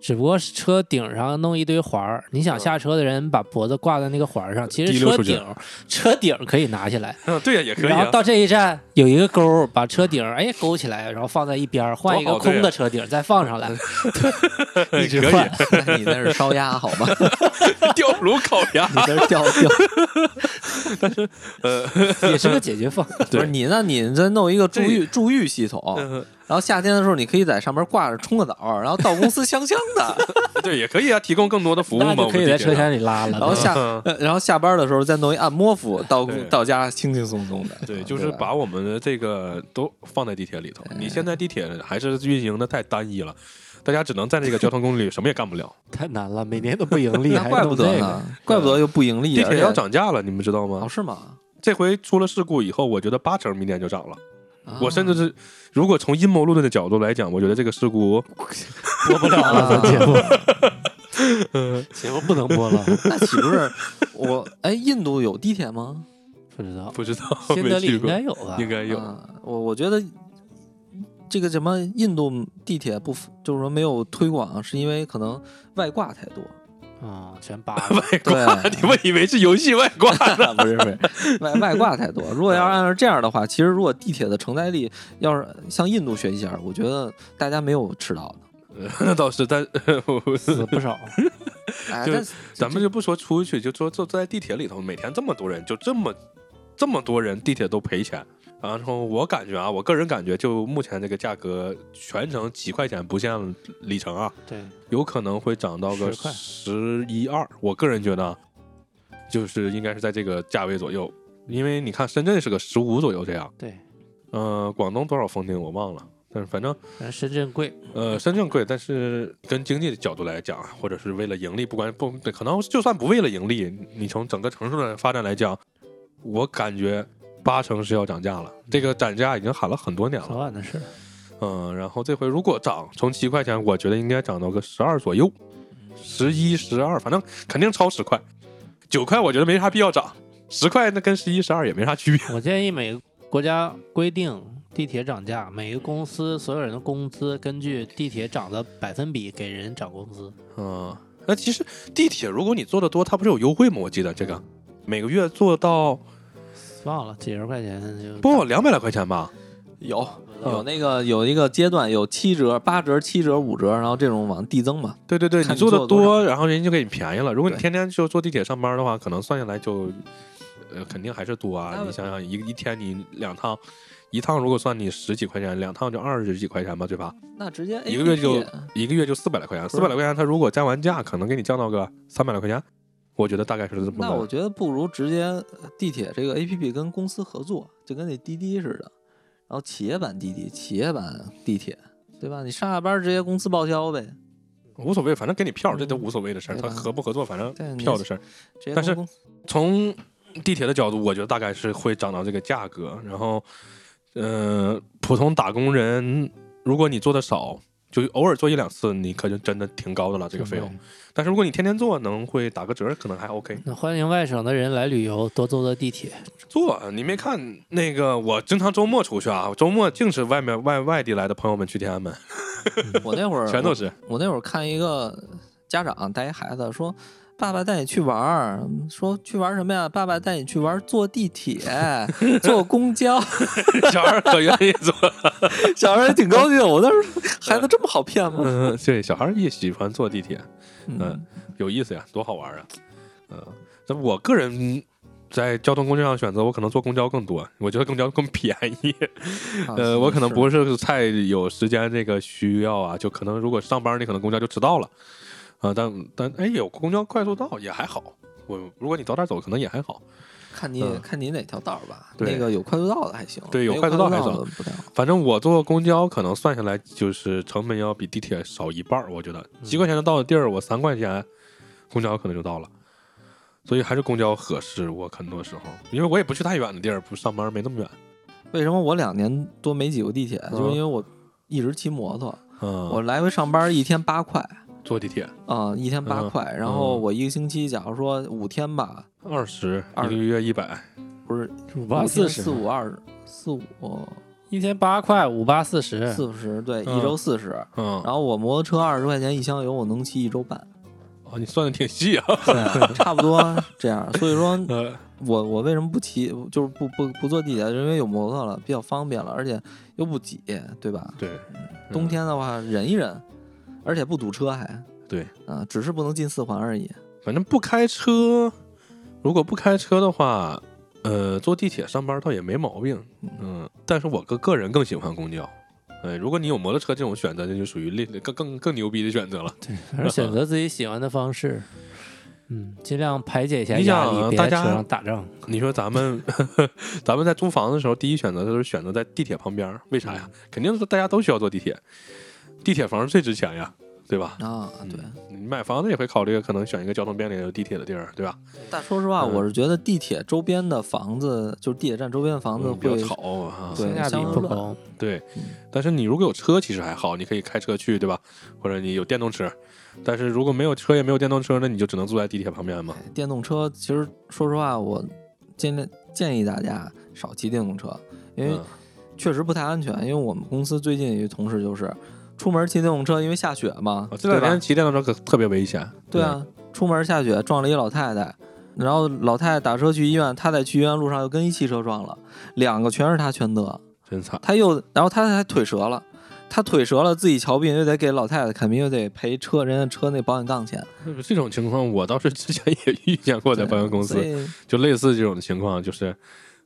S6: 只不过是车顶上弄一堆环儿。你想
S7: 嗯
S6: 下车的人把脖子挂在那个环儿上，其实
S4: 提溜
S6: 车
S4: 出去
S6: 顶车顶可以拿起来，
S4: 嗯， 对呀、也可以、
S6: 哦然后
S4: 啊。
S6: 到这一站有一个钩儿，把车顶儿哎勾起来，然后放在一边儿，换一个
S4: 多好对
S6: 空
S4: 啊
S6: 的车顶儿再放上来，一 直
S4: 可以啊
S6: 换。
S5: 那你那是烧鸭好 吧？你
S4: 吊炉烤 鸭，
S5: 这是吊吊，
S4: 呃，
S6: 也是个解决方案。
S5: 不是你那你再弄一个助浴助浴系统，
S4: 嗯
S5: 然后夏天的时候你可以在上面挂着冲个澡，然后到公司香香 的，
S4: 对，也可以啊，提供更多的服务嘛。
S6: 那就可以
S4: 我们地铁
S6: 在车
S4: 上
S6: 厢里拉了。
S5: 然后
S6: 对吧
S5: 下
S4: 嗯
S5: 呃然后下班的时候再弄一按摩服，到
S4: 对
S5: 到家轻轻松松的。
S4: 对，
S5: 啊
S4: 就是
S5: 吧
S4: 把我
S6: 哎
S4: 们的这个都放在地铁里头。你现在地铁还是运行的太单一了，大家只能在这个交通工具里什么也干不了。
S7: 太难了，每年都不盈利，
S5: 那
S7: 还
S5: 怪不
S7: 弄
S5: 得
S7: 这个
S5: 呢，怪不得又不盈利。
S4: 地
S5: 而
S4: 铁
S5: 且
S4: 要涨价了，你们知道吗
S5: 哦，？是吗？
S4: 这回出了事故以后，我觉得八成明年就涨了。
S5: 啊
S4: 我甚至是，如果从阴谋论的角度来讲，我觉得这个事故
S7: 播不了了， 咱节目，节目不能播了，
S5: 那岂不是我？哎，印度有地铁吗？
S6: 不知道，
S4: 不知道，
S6: 新德
S4: 没
S6: 里
S4: 去
S6: 应
S4: 过
S6: 该，有吧？
S4: 应该有。
S5: 啊我我觉得这个什么印度地铁不符，就是说没有推广，是因为可能外挂太多。
S6: 啊，全扒
S4: 外挂，
S5: 对，
S4: 你们以为是游戏外挂呢？
S5: 不是不是，外外挂太多。如果要是按照这样的话，其实如果地铁的承载力要是向印度学习一下，我觉得大家没有迟到的。
S4: 那倒是，但
S6: 死不少。
S5: 哎，
S4: 就
S5: 但
S4: 咱们就不说出去，就说坐坐在地铁里头，每天这么多人，就这么这么多人，地铁都赔钱。然后我感觉啊，我个人感觉，就目前这个价格，全程几块钱不限里程啊，
S6: 对，
S4: 有可能会涨到个
S6: 10块
S4: 十一二。我个人觉得啊，就是应该是在这个价位左右，因为你看深圳是个十五左右这样。
S6: 对，
S4: 呃，广东多少封顶我忘了，但是反正
S6: 反正深圳贵，
S4: 呃，深圳贵，但是跟经济的角度来讲，或者是为了盈利，不管不可能，就算不为了盈利，你从整个城市的发展来讲，我感觉八成是要涨价了。这个涨价已经喊了很多年
S6: 早
S4: 了，
S6: 晚的事。
S4: 嗯，然后这回如果涨，从七块钱，我觉得应该涨到个十二左右，十一、十二，反正肯定超十块，九块我觉得没啥必要涨，十块那跟十一、十二也没啥区别。
S6: 我建议每个国家规定地铁涨价，每个公司所有人的工资根据地铁涨的百分比给人涨工资。
S4: 嗯，那其实地铁如果你坐的多，它不是有优惠吗？我记得这个每个月坐到。
S6: 忘了几十块钱就
S4: 不，两百来块钱吧？
S5: 有有
S4: 嗯
S5: 那个有一个阶段有七折、八折、七折、五折，然后这种往递增嘛。
S4: 对对对，
S5: 看
S4: 你
S5: 你
S4: 坐的
S5: 坐多
S4: 多，然后人家就给你便宜了。如果你
S5: 对
S4: 天天就坐地铁上班的话，可能算下来就，呃，肯定还是多啊
S5: 那。
S4: 你想想，一一天你两趟，一趟如果算你十几块钱，两趟就二十几块钱吧，对吧？
S5: 那直接 APP,
S4: 一个月就
S5: 嗯
S4: 一个月就四百来块钱，四百来块钱，他如果加完价，可能给你降到个三百来块钱。我觉得大概是这么
S5: 那我
S4: 个。
S5: 觉得不如直接呃地铁这个 APP 跟公司合作，就跟那滴滴似的，然后企业版滴滴、企业版地铁，对吧？你上下班直接公司报销呗，
S4: 无所谓，反正给你票，这都无所谓的事儿。
S5: 对
S4: 他
S5: 吧嗯
S4: 合不合作，反正
S5: 对你
S4: 票的事儿。
S5: 直接
S4: 但是
S5: 公司
S4: 从地铁的角度，我觉得大概是会涨到这个价格。然后，呃，普通打工人，如果你做的少，就偶尔做一两次，你可就真的挺高的了这个费
S6: 嗯
S4: 用。。但是如果你天天做，能会打个折，可能还 OK。
S6: 那欢迎外省的人来旅游，多坐坐地铁。
S4: 做你没看那个，我经常周末出去啊，周末净是外面外外地来的朋友们去天安门，
S5: 我那会儿
S4: 全都是。
S5: 我那会儿看一个家长带一孩子说：“爸爸带你去玩儿，说去玩儿什么呀？爸爸带你去玩儿坐地铁、 坐公交。
S4: 小孩儿可愿意做，”
S5: 小孩儿也挺高兴，我当时说孩子这么好骗吗？
S4: 嗯，对，小孩儿也喜欢坐地铁。
S5: 嗯，
S4: 有意思呀，多好玩啊！嗯、那我个人在交通工具上选择，我可能坐公交更多，我觉得公交更便宜。
S5: 啊
S4: 呃，我可能
S5: 是
S4: 不是太有时间这个需要啊，就可能如果上班，你可能公交就迟到了啊、但但哎，有公交快速道也还好。我如果你早点走，可能也还好。
S5: 看你、
S4: 嗯
S5: 看你哪条道儿吧，
S4: 对
S5: 那个有快速道的还行，
S4: 对有
S5: 没
S4: 快
S5: 快
S4: 速道
S5: 速
S4: 还
S5: 的不太好。
S4: 反正我坐公交，可能算下来就是成本要比地铁少一半儿。我觉得几块钱能到的地儿，我三块钱公交可能就到了，所以还是公交合适。我很多时候，因为我也不去太远的地儿，不上班没那么远。
S5: 为什么我两年多没挤过地铁？就是因为我一直骑摩托，
S4: 嗯，
S5: 我来回上班一天八块
S4: 坐地铁
S5: 啊、一天八
S4: 嗯
S5: 块，然后
S4: 嗯
S5: 我一个星期，假如说五天吧，
S4: 二十，
S5: 二
S4: 一个月一百，
S5: 不是
S6: 五
S5: 五
S6: 八
S5: 四
S6: 四
S5: 四
S6: 十，
S5: 五二四五
S6: 一天八块，五八四十，
S5: 四五十，对，
S4: 嗯
S5: 一周四十。
S4: 嗯，
S5: 然后我摩托车二十块钱一箱油，我能骑一周半，
S4: 哦，你算的挺细啊，
S5: 差不多这样。所以说
S4: 呃，
S5: 我我为什么不骑，就是不不不坐地铁，因为有摩托了，比较方便了，而且又不挤，对吧？
S4: 对，嗯
S5: 冬天的话忍一忍，而且不堵车还。
S4: 对，
S5: 啊，只是不能进四环而已。
S4: 反正不开车，如果不开车的话，呃，坐地铁上班倒也没毛病，嗯，但是我个个人更喜欢公交。呃，如果你有摩托车这种选择，那就属于另更更更牛逼的选择了。
S6: 反正选择自己喜欢的方式。嗯，尽量排解一下
S4: 你
S6: 压
S4: 想啊
S6: 力，别
S4: 大
S6: 在
S4: 家
S6: 车上打仗。
S4: 你说咱们 咱们在租房的时候，第一选择就是选择在地铁旁边儿，为啥呀？肯定是大家都需要坐地铁。地铁房最值钱呀，对吧？
S5: 啊，对。
S4: 你买房子也会考虑可能选一个交通便利、有地铁的地儿，对吧？
S5: 但说实话，
S4: 嗯
S5: 我是觉得地铁周边的房子，就是地铁站周边的房子
S4: 嗯比较
S5: 会
S4: 吵啊。
S5: 对
S6: 性价比
S5: 相
S6: 不
S5: 当
S6: 高。
S4: 对，
S5: 嗯
S4: 但是你如果有车，其实还好，你可以开车去，对吧？或者你有电动车。但是如果没有车也没有电动车，那你就只能坐在地铁旁边嘛。
S5: 电动车。其实说实话，我建议建议大家少骑电动车，因为
S4: 嗯，
S5: 确实不太安全。因为我们公司最近有一同事就是出门骑电动车，因为下雪嘛，
S4: 哦这两
S5: 对吧
S4: 天骑电动车可特别危险。
S5: 对，啊，出门下雪撞了一老太太，然后老太太打车去医院，她在去医院路上又跟一汽车撞了，两个全是她全责，
S4: 真惨。
S5: 她又然后她还腿折了，她腿折了自己瞧病又得给老太太看病又得赔车人家车那保险杠钱，
S4: 这种情况我倒是之前也遇见过，在保险公司
S5: 啊所。以
S4: 就类似这种情况，就是，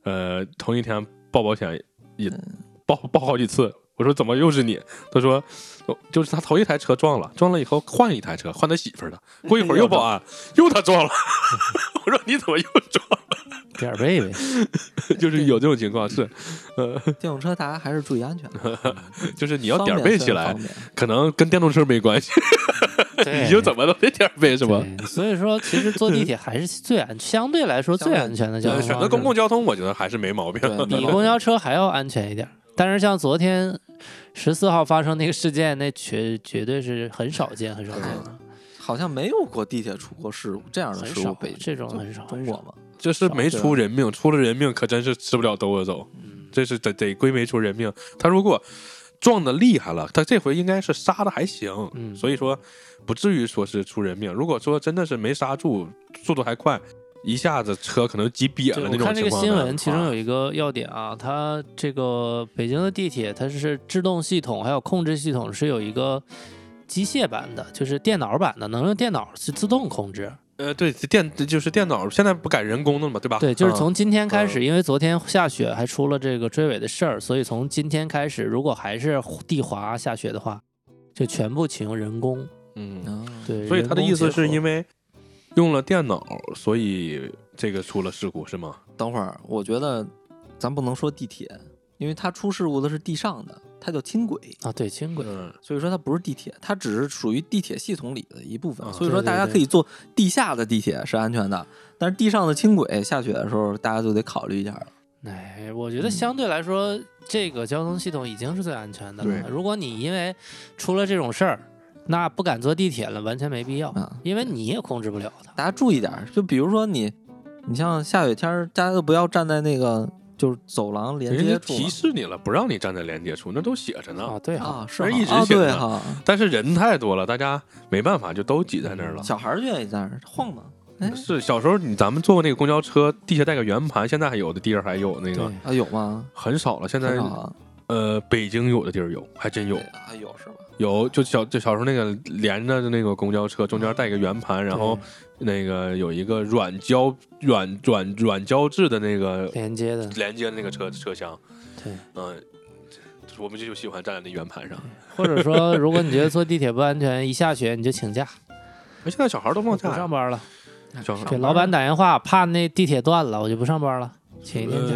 S4: 呃，同一天报保险也
S5: 嗯
S4: 报报好几次。我说怎么又是你？他说，哦就是他头一台车撞了，撞了以后换一台车，换他媳妇儿 的。过一会儿又报案，又他撞了。我说你怎么又撞 了？
S6: 点儿背呗，
S4: 就是有这种情况，是，呃，
S5: 电动车大家还是注意安全，
S4: 就是 你要
S5: 方
S4: 点儿
S5: 便
S4: 背
S5: 虽
S4: 起
S5: 然
S4: 来
S5: 方，便哎
S4: 可能跟电动车没关系，
S6: 对
S4: 你就怎么都得点儿背是吧？
S6: 对所以说，其实坐地铁还是最安，相对来说最安全的交通
S4: 呃
S6: 方式。
S4: 选择公共交通，我觉得还是没毛病。
S5: 对
S6: 比公交车还要安全一点儿。但是像昨天十四号发生那个事件，那绝绝对是很少见，很少见的，
S5: 好像没有过地铁出过事故这样的
S6: 很
S5: 事故
S6: 少
S5: 北
S6: 这种很少。
S5: 中国嘛，
S4: 这是没出人命，出了人命可真是吃不了兜着走，
S6: 嗯
S4: 这是得得归没出人命。他如果撞的厉害了，他这回应该是刹的还行，
S6: 嗯
S4: 所以说不至于说是出人命。如果说真的是没刹住，速度还快，一下子车可能挤扁
S6: 对，
S4: 了
S6: 我
S4: 那种
S6: 看这
S4: 情
S6: 个
S4: 况
S6: 新
S4: 呢。
S6: 闻，其中有
S4: 啊
S6: 一个要点啊，它这个北京的地铁，它是制动系统还有控制系统是有一个机械版的，就是电脑版的，能用电脑去自动控制。
S4: 呃，对电就是电脑现在不改人工的了嘛，对吧？
S6: 对，就是
S4: 嗯
S6: 从今天开始，因为昨天下雪还出了这个追尾的事儿，所以从今天开始，如果还是地滑下雪的话，就全部启用人工。
S4: 嗯，
S5: 嗯，
S6: 对，
S4: 所以他的意思是因
S6: 为
S4: 为用了电脑，所以这个出了事故是吗？
S5: 等会儿我觉得咱不能说地铁，因为它出事故的是地上的，它叫轻轨。
S6: 啊，对轻轨，
S4: 嗯，
S5: 所以说它不是地铁，它只是属于地铁系统里的一部分。
S4: 啊
S5: 所以说
S6: 对对
S5: 大家可以坐地下的地铁是安全的，但是地上的轻轨下雪的时候，大家就得考虑一下了。
S6: 哎，我
S4: 嗯
S6: 觉得相对来说，这个交通系统已经是最安全的了。
S4: 对
S6: 如果你因为出了这种事儿，那不敢坐地铁了，完全没必要，
S5: 啊
S6: 因为你也控制不了它。
S5: 大家注意点儿，就比如说你，你像下雪天，儿，大家都不要站在那个就是走廊连
S4: 人家
S5: 接处嘛
S4: 提示你了，不让你站在连接处，那都写着呢。
S6: 啊，对啊，
S5: 啊，是
S4: 人
S5: 哈
S4: 一直
S5: 啊，
S4: 写
S5: 对
S4: 着
S5: 哈，
S4: 但是人太多了，大家没办法，就都挤在那儿了。
S5: 小孩儿就愿意在那儿晃嘛。哎，
S4: 是小时候你咱们坐过那个公交车，地下带个圆盘，现在还有的地儿还有那个
S6: 对，
S5: 啊有吗？
S4: 很少了。现在
S5: 很少啊，
S4: 呃，北京有的地儿有，还真有
S5: 对啊有是吧？
S4: 有。就小就小时候那个连着的那个公交车，中间带一个圆盘，然后那个有一个软胶软软软胶质的那个
S6: 连接的，
S4: 连接那个车车厢，
S6: 对。
S4: 嗯、我们就就喜欢站在那圆盘上。
S6: 或者说，如果你觉得坐地铁不安全，一下雪你就请假，
S4: 哎现在小孩都
S6: 我
S4: 放
S6: 不
S4: 假
S6: 上
S4: 呀，
S6: 班了。
S4: 小孩
S6: 给老板打电话，怕那地铁断了，我就不上班了，请一天
S4: 呃，
S6: 假。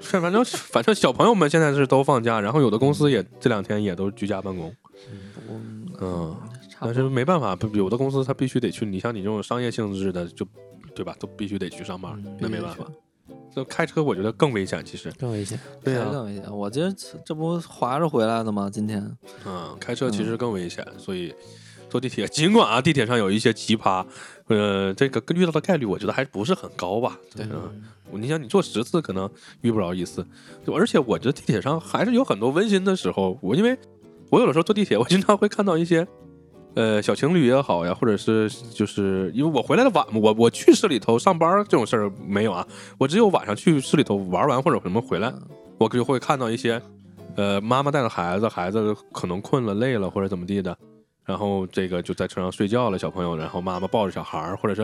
S4: 是反正反正小朋友们现在是都放假，然后有的公司也这两天也都居家办公，
S5: 嗯，
S4: 嗯，
S5: 差不
S4: 但
S5: 多
S4: 是没办法，不有的公司他必须得去，你像你这种商业性质的就，对吧，都必须得去上班，
S6: 嗯
S4: 那
S5: 必
S4: 没
S5: 须
S4: 办
S5: 去
S4: 法。这开车我觉得更危险，其实，
S6: 更危险，
S4: 对
S5: 还
S4: 啊，
S5: 更危险。我觉得这这不滑着回来的吗？今天
S4: 嗯，开车其实更危险，所以坐地铁，尽管啊地铁上有一些奇葩，呃，这个遇到的概率我觉得还不是很高吧，对，嗯，你想你坐十次可能遇不着一次，就而且我觉得地铁上还是有很多温馨的时候。我因为我有的时候坐地铁，我经常会看到一些呃小情侣也好呀，或者是就是因为我回来的晚嘛，我我去市里头上班这种事儿没有啊，我只有晚上去市里头玩完或者什么回来，我就会看到一些呃妈妈带着孩子，孩子可能困了累了或者怎么地的，然后这个就在车上睡觉了，小朋友，然后妈妈抱着小孩儿，或者是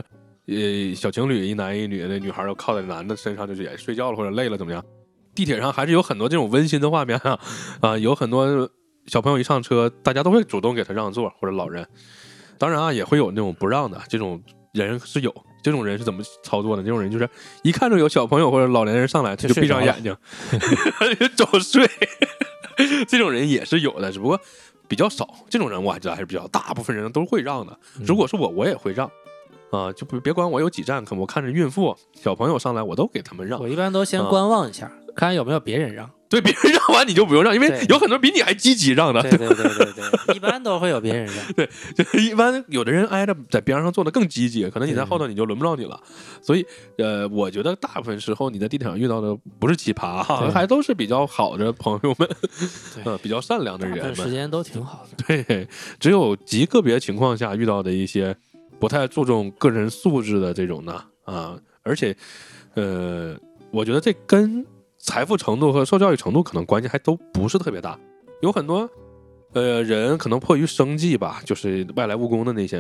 S4: 呃小情侣一男一女，那女孩儿就靠在男的身上，就是也睡觉了或者累了怎么样？地铁上还是有很多这种温馨的画面啊，啊，有很多小朋友一上车，大家都会主动给他让座或者老人，啊当然啊也会有那种不让的这种人是有。这种人是怎么操作的？这种人就是一看着有小朋友或者老年人上来，他就
S6: 就睡
S4: 闭
S6: 着
S4: 上眼睛，就找睡。这种人也是有的，只不过比较少，这种人我还觉得还是比较，大部分人都会让的。
S6: 嗯
S4: 如果是我，我也会让，啊、就不别管我有几站，可我看着孕妇、小朋友上来，我都给他们让。啊
S6: 我一般都先
S4: 嗯
S6: 观望一下，看看有没有别人让。
S4: 对别人让完你就不用让，因为
S6: 对
S4: 有很多比你还积极让的。
S6: 对对对对对，一般都会有别人让。
S4: 就是一般有的人挨着在边上坐的更积极，可能你在
S6: 对
S4: 后头你就轮不到你了。所以，呃，我觉得大部分时候你在地铁上遇到的不是奇葩哈，
S6: 对
S4: 还都是比较好的朋友们，
S6: 对
S4: 呃，比较善良的
S6: 大部分
S4: 人
S6: 时
S4: 们。
S6: 间都挺好的。
S4: 对，只有极个别情况下遇到的一些不太注重个人素质的这种呢，啊，而且，呃，我觉得这跟财富程度和受教育程度可能关系还都不是特别大，有很多呃人可能迫于生计吧，就是外来务工的那些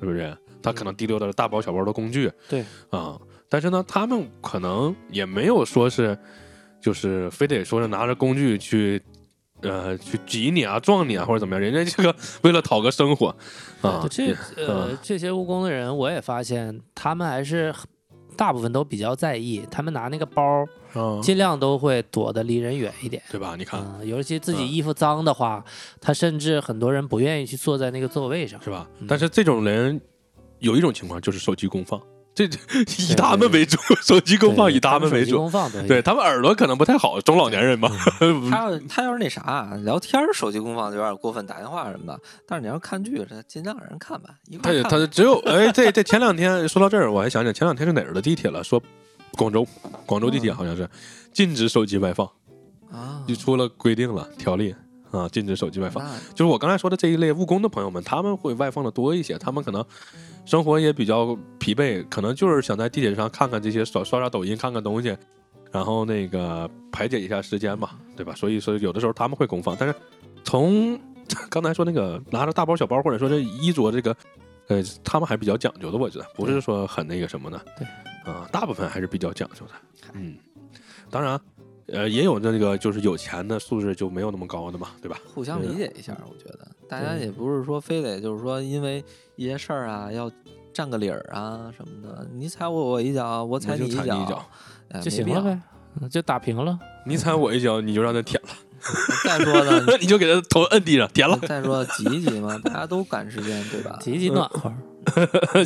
S4: 是不是？他可能提溜的是大包小包的工具，
S6: 对
S4: 啊、但是呢，他们可能也没有说是，就是非得说是拿着工具去，呃，去挤你啊、撞你啊或者怎么样，人家这个为了讨个生活啊
S6: 就，这呃
S4: 嗯
S6: 这些务工的人，我也发现他们还是很大部分都比较在意，他们拿那个包儿
S4: 啊
S6: 尽量都会躲得离人远一点。
S4: 对吧？你看、
S6: 嗯、尤其自己
S4: 嗯
S6: 衣服脏的话，他甚至很多人不愿意去坐在那个座位上。
S4: 是吧
S6: 嗯？
S4: 但是这种人有一种情况就是手机公放，这以他们为主，手机公放
S6: 对
S4: 以他们为
S6: 手机
S4: 主。嗯
S6: 公放多一
S4: 对
S6: 点。
S4: 他们耳朵可能不太好，中老年人嘛，
S5: 他要他要是那啥啊聊天儿手机公放就有点过分，打电话什么的。但是你要是看剧，这尽量让人看吧。一块
S4: 他
S5: 儿
S4: 也
S5: 看
S4: 他只有哎，这这前两天说到这儿，我还想想前两天是哪儿的地铁了？说广州，广州地铁好像是禁止手机外放，
S5: 啊，
S4: 就出了规定了条例啊，禁止手机外放。
S5: 那
S4: 就是我刚才说的这一类务工的朋友们，他们会外放的多一些，他们可能生活也比较疲惫，可能就是想在地铁上看看这些刷刷刷抖音，看看东西，然后那个排解一下时间嘛，对吧？所以说有的时候他们会公放，但是从 刚才说那个拿着大包小包，或者说这衣着这个，呃，他们还比较讲究的，我觉得不是说很那个什么的，
S6: 对，
S4: 啊、大部分还是比较讲究的，嗯，当然。呃，也有那个就是有钱的素质就没有那么高的嘛，对吧？啊
S5: 互相理解一下，我觉得大家也不是说非得就是说因为一些事儿啊要占个理儿啊什么的，你踩我我一脚，我踩
S4: 我就
S5: 一
S4: 踩你一脚
S5: 脚，哎
S6: 就
S5: 没
S6: 行
S5: 必
S6: 了
S5: 要
S6: 呗，嗯就打平了。
S4: 你踩我一脚，你就让他舔了，
S5: 再说呢，
S4: 你就给他头摁地上舔了。
S5: 再说挤一挤嘛，大家都赶时间，对吧？
S6: 挤挤暖和，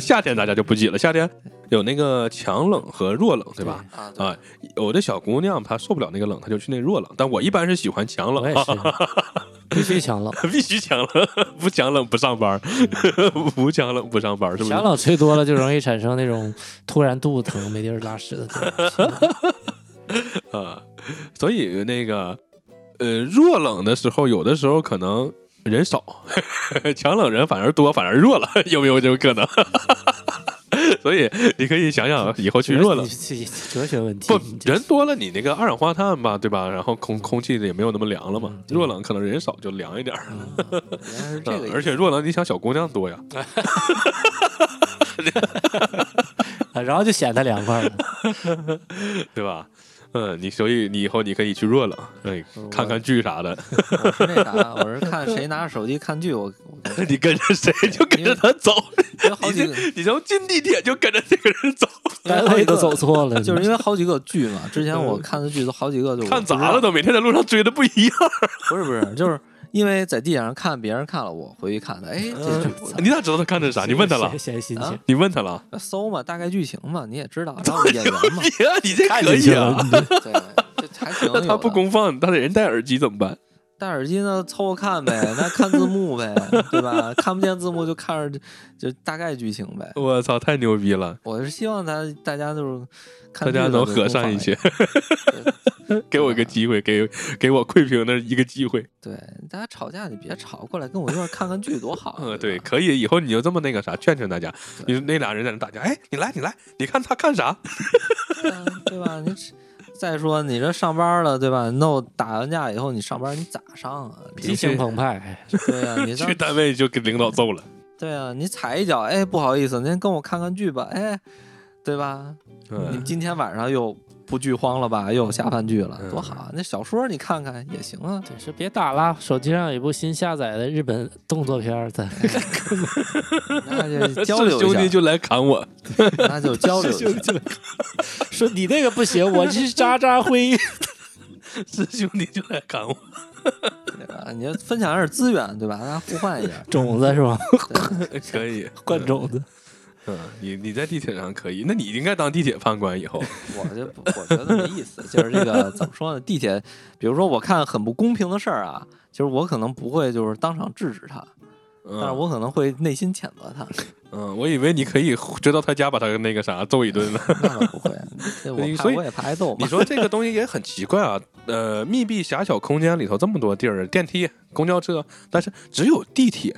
S4: 夏天大家就不挤了，夏天有那个强冷和弱冷，对吧？
S5: 啊，
S4: 啊有的小姑娘她受不了那个冷，她就去那弱冷。但我一般是喜欢强冷
S6: 我，也是， 必须强冷。
S4: 必须强冷， 不强冷不上班， 不强冷不上班，是不是？
S6: 强冷吹多了就容易产生那种突然肚子疼、没地儿拉屎的感觉。
S4: 啊，所以那个呃，弱冷的时候，有的时候可能人少， 强冷人反而多，反而弱了， 有没有这种可能？所以你可以想想以后去弱冷
S6: 你。这哲学问题，
S4: 不
S6: 你，这
S4: 人多了，你那个二氧化碳吧，对吧？然后
S5: 嗯
S4: 空空气也没有那么凉了嘛
S6: 嗯。对
S4: 弱冷可能人少就凉一点儿，
S5: 原来是这个
S4: 嗯
S5: 意
S4: 而
S5: 思。
S4: 且弱冷，你想小姑娘多呀，
S6: 啊 然后就显得凉快了。
S4: 对吧？嗯，你所以你以后你可以去弱冷，哎，
S5: 哦
S4: 看看剧啥 的，
S5: 我是那啥，我是看谁拿着手机看剧，我我跟谁
S4: 你跟着谁就跟着他走，
S5: 因为好
S4: 你
S5: 几
S4: 就
S5: 个，
S4: 你从进地铁就跟着这个人走，
S5: 因
S6: 单
S5: 为好
S6: 位
S5: 几
S6: 都走
S5: 个。
S6: 错了，
S5: 就是因为好几个剧嘛，之前我看的剧都好几个，就我
S4: 看
S5: 不知
S4: 砸了
S5: 道
S4: 都，每天在路上追的不一 样。
S5: 不是不是，就是因为在地铁上看别人看了，我回去看的，哎，这剧不错
S4: 嗯你咋知道他看的啥？你问他了
S6: 闲，闲心
S5: 啊
S6: 情，
S4: 你问他了，
S5: 搜嘛，大概剧情嘛，你也知道，然后演员嘛，
S4: 别，你这
S6: 看
S4: 可
S6: 进
S4: 以
S6: 去了
S4: 啊。。
S5: 对，这还挺有
S4: 那他不
S5: 的
S4: 公放，他得人戴耳机怎么办？
S5: 戴耳机呢，凑合看呗，那看字 幕呗，对吧？看不见字幕就看着就大概剧情呗。
S4: 我操，太牛逼了！
S5: 我是希望咱大家就是
S4: 大
S5: 看
S4: 家
S5: 剧的
S4: 能
S5: 时候
S4: 和
S5: 多
S4: 善
S5: 放
S4: 一
S5: 一
S4: 些
S5: 点，
S4: 给我一个机会，给给我窥屏的一个机会。
S5: 对，啊大家吵架你别吵，过来跟我一块儿看看剧多好。
S4: 嗯，对，
S5: 对吧，
S4: 可以，以后你就这么那个啥，劝劝大家。你
S5: 对
S4: 说那俩人在那打架，哎，你来，你来，你看他看啥？
S5: 对啊对吧？你这再说你这上班了，对吧？弄打完架以后你上班你咋上啊？你
S6: 激情澎湃，哎
S5: 对呀、你上
S4: 去单位就给领导揍了。
S5: 对啊，你踩一脚，哎，不好意思，您跟我看看剧吧，哎，对吧？你
S4: 嗯，
S5: 今天晚上又不剧荒了吧？又有下饭剧了，
S4: 嗯
S5: 多好！啊那小说你看看也行 啊。
S6: 真是别打了。手机上有一部新下载的日本动作片儿，咱
S5: 那就交
S4: 是
S5: 流一
S4: 兄
S5: 下，
S4: 弟就来砍 我，
S5: 那就交流一下。
S6: 说你那个不行，我是渣渣辉。
S4: 是兄弟就来砍我。
S5: 啊你就分享点资源，对吧？大家互 换一下。
S6: 种子是吧？
S4: 可以
S6: 灌种子。
S4: 嗯，你你在地铁上可以，那你应该当地铁判官以后。
S5: 我就不我觉得没意思，就是这个怎么说呢？地铁，比如说我看很不公平的事儿啊，就是我可能不会就是当场制止他，但是
S4: 嗯，
S5: 啊我可能会内心谴责他。
S4: 嗯，我以为你可以追到他家把他那个啥揍一顿呢。
S5: 那倒不会，这我怕
S4: 所以
S5: 我也怕挨揍
S4: 你
S5: 嘛。
S4: 说这个东西也很奇怪啊， 呃，密闭狭小空间里头这么多地儿，电梯、公交车，但是只有地铁，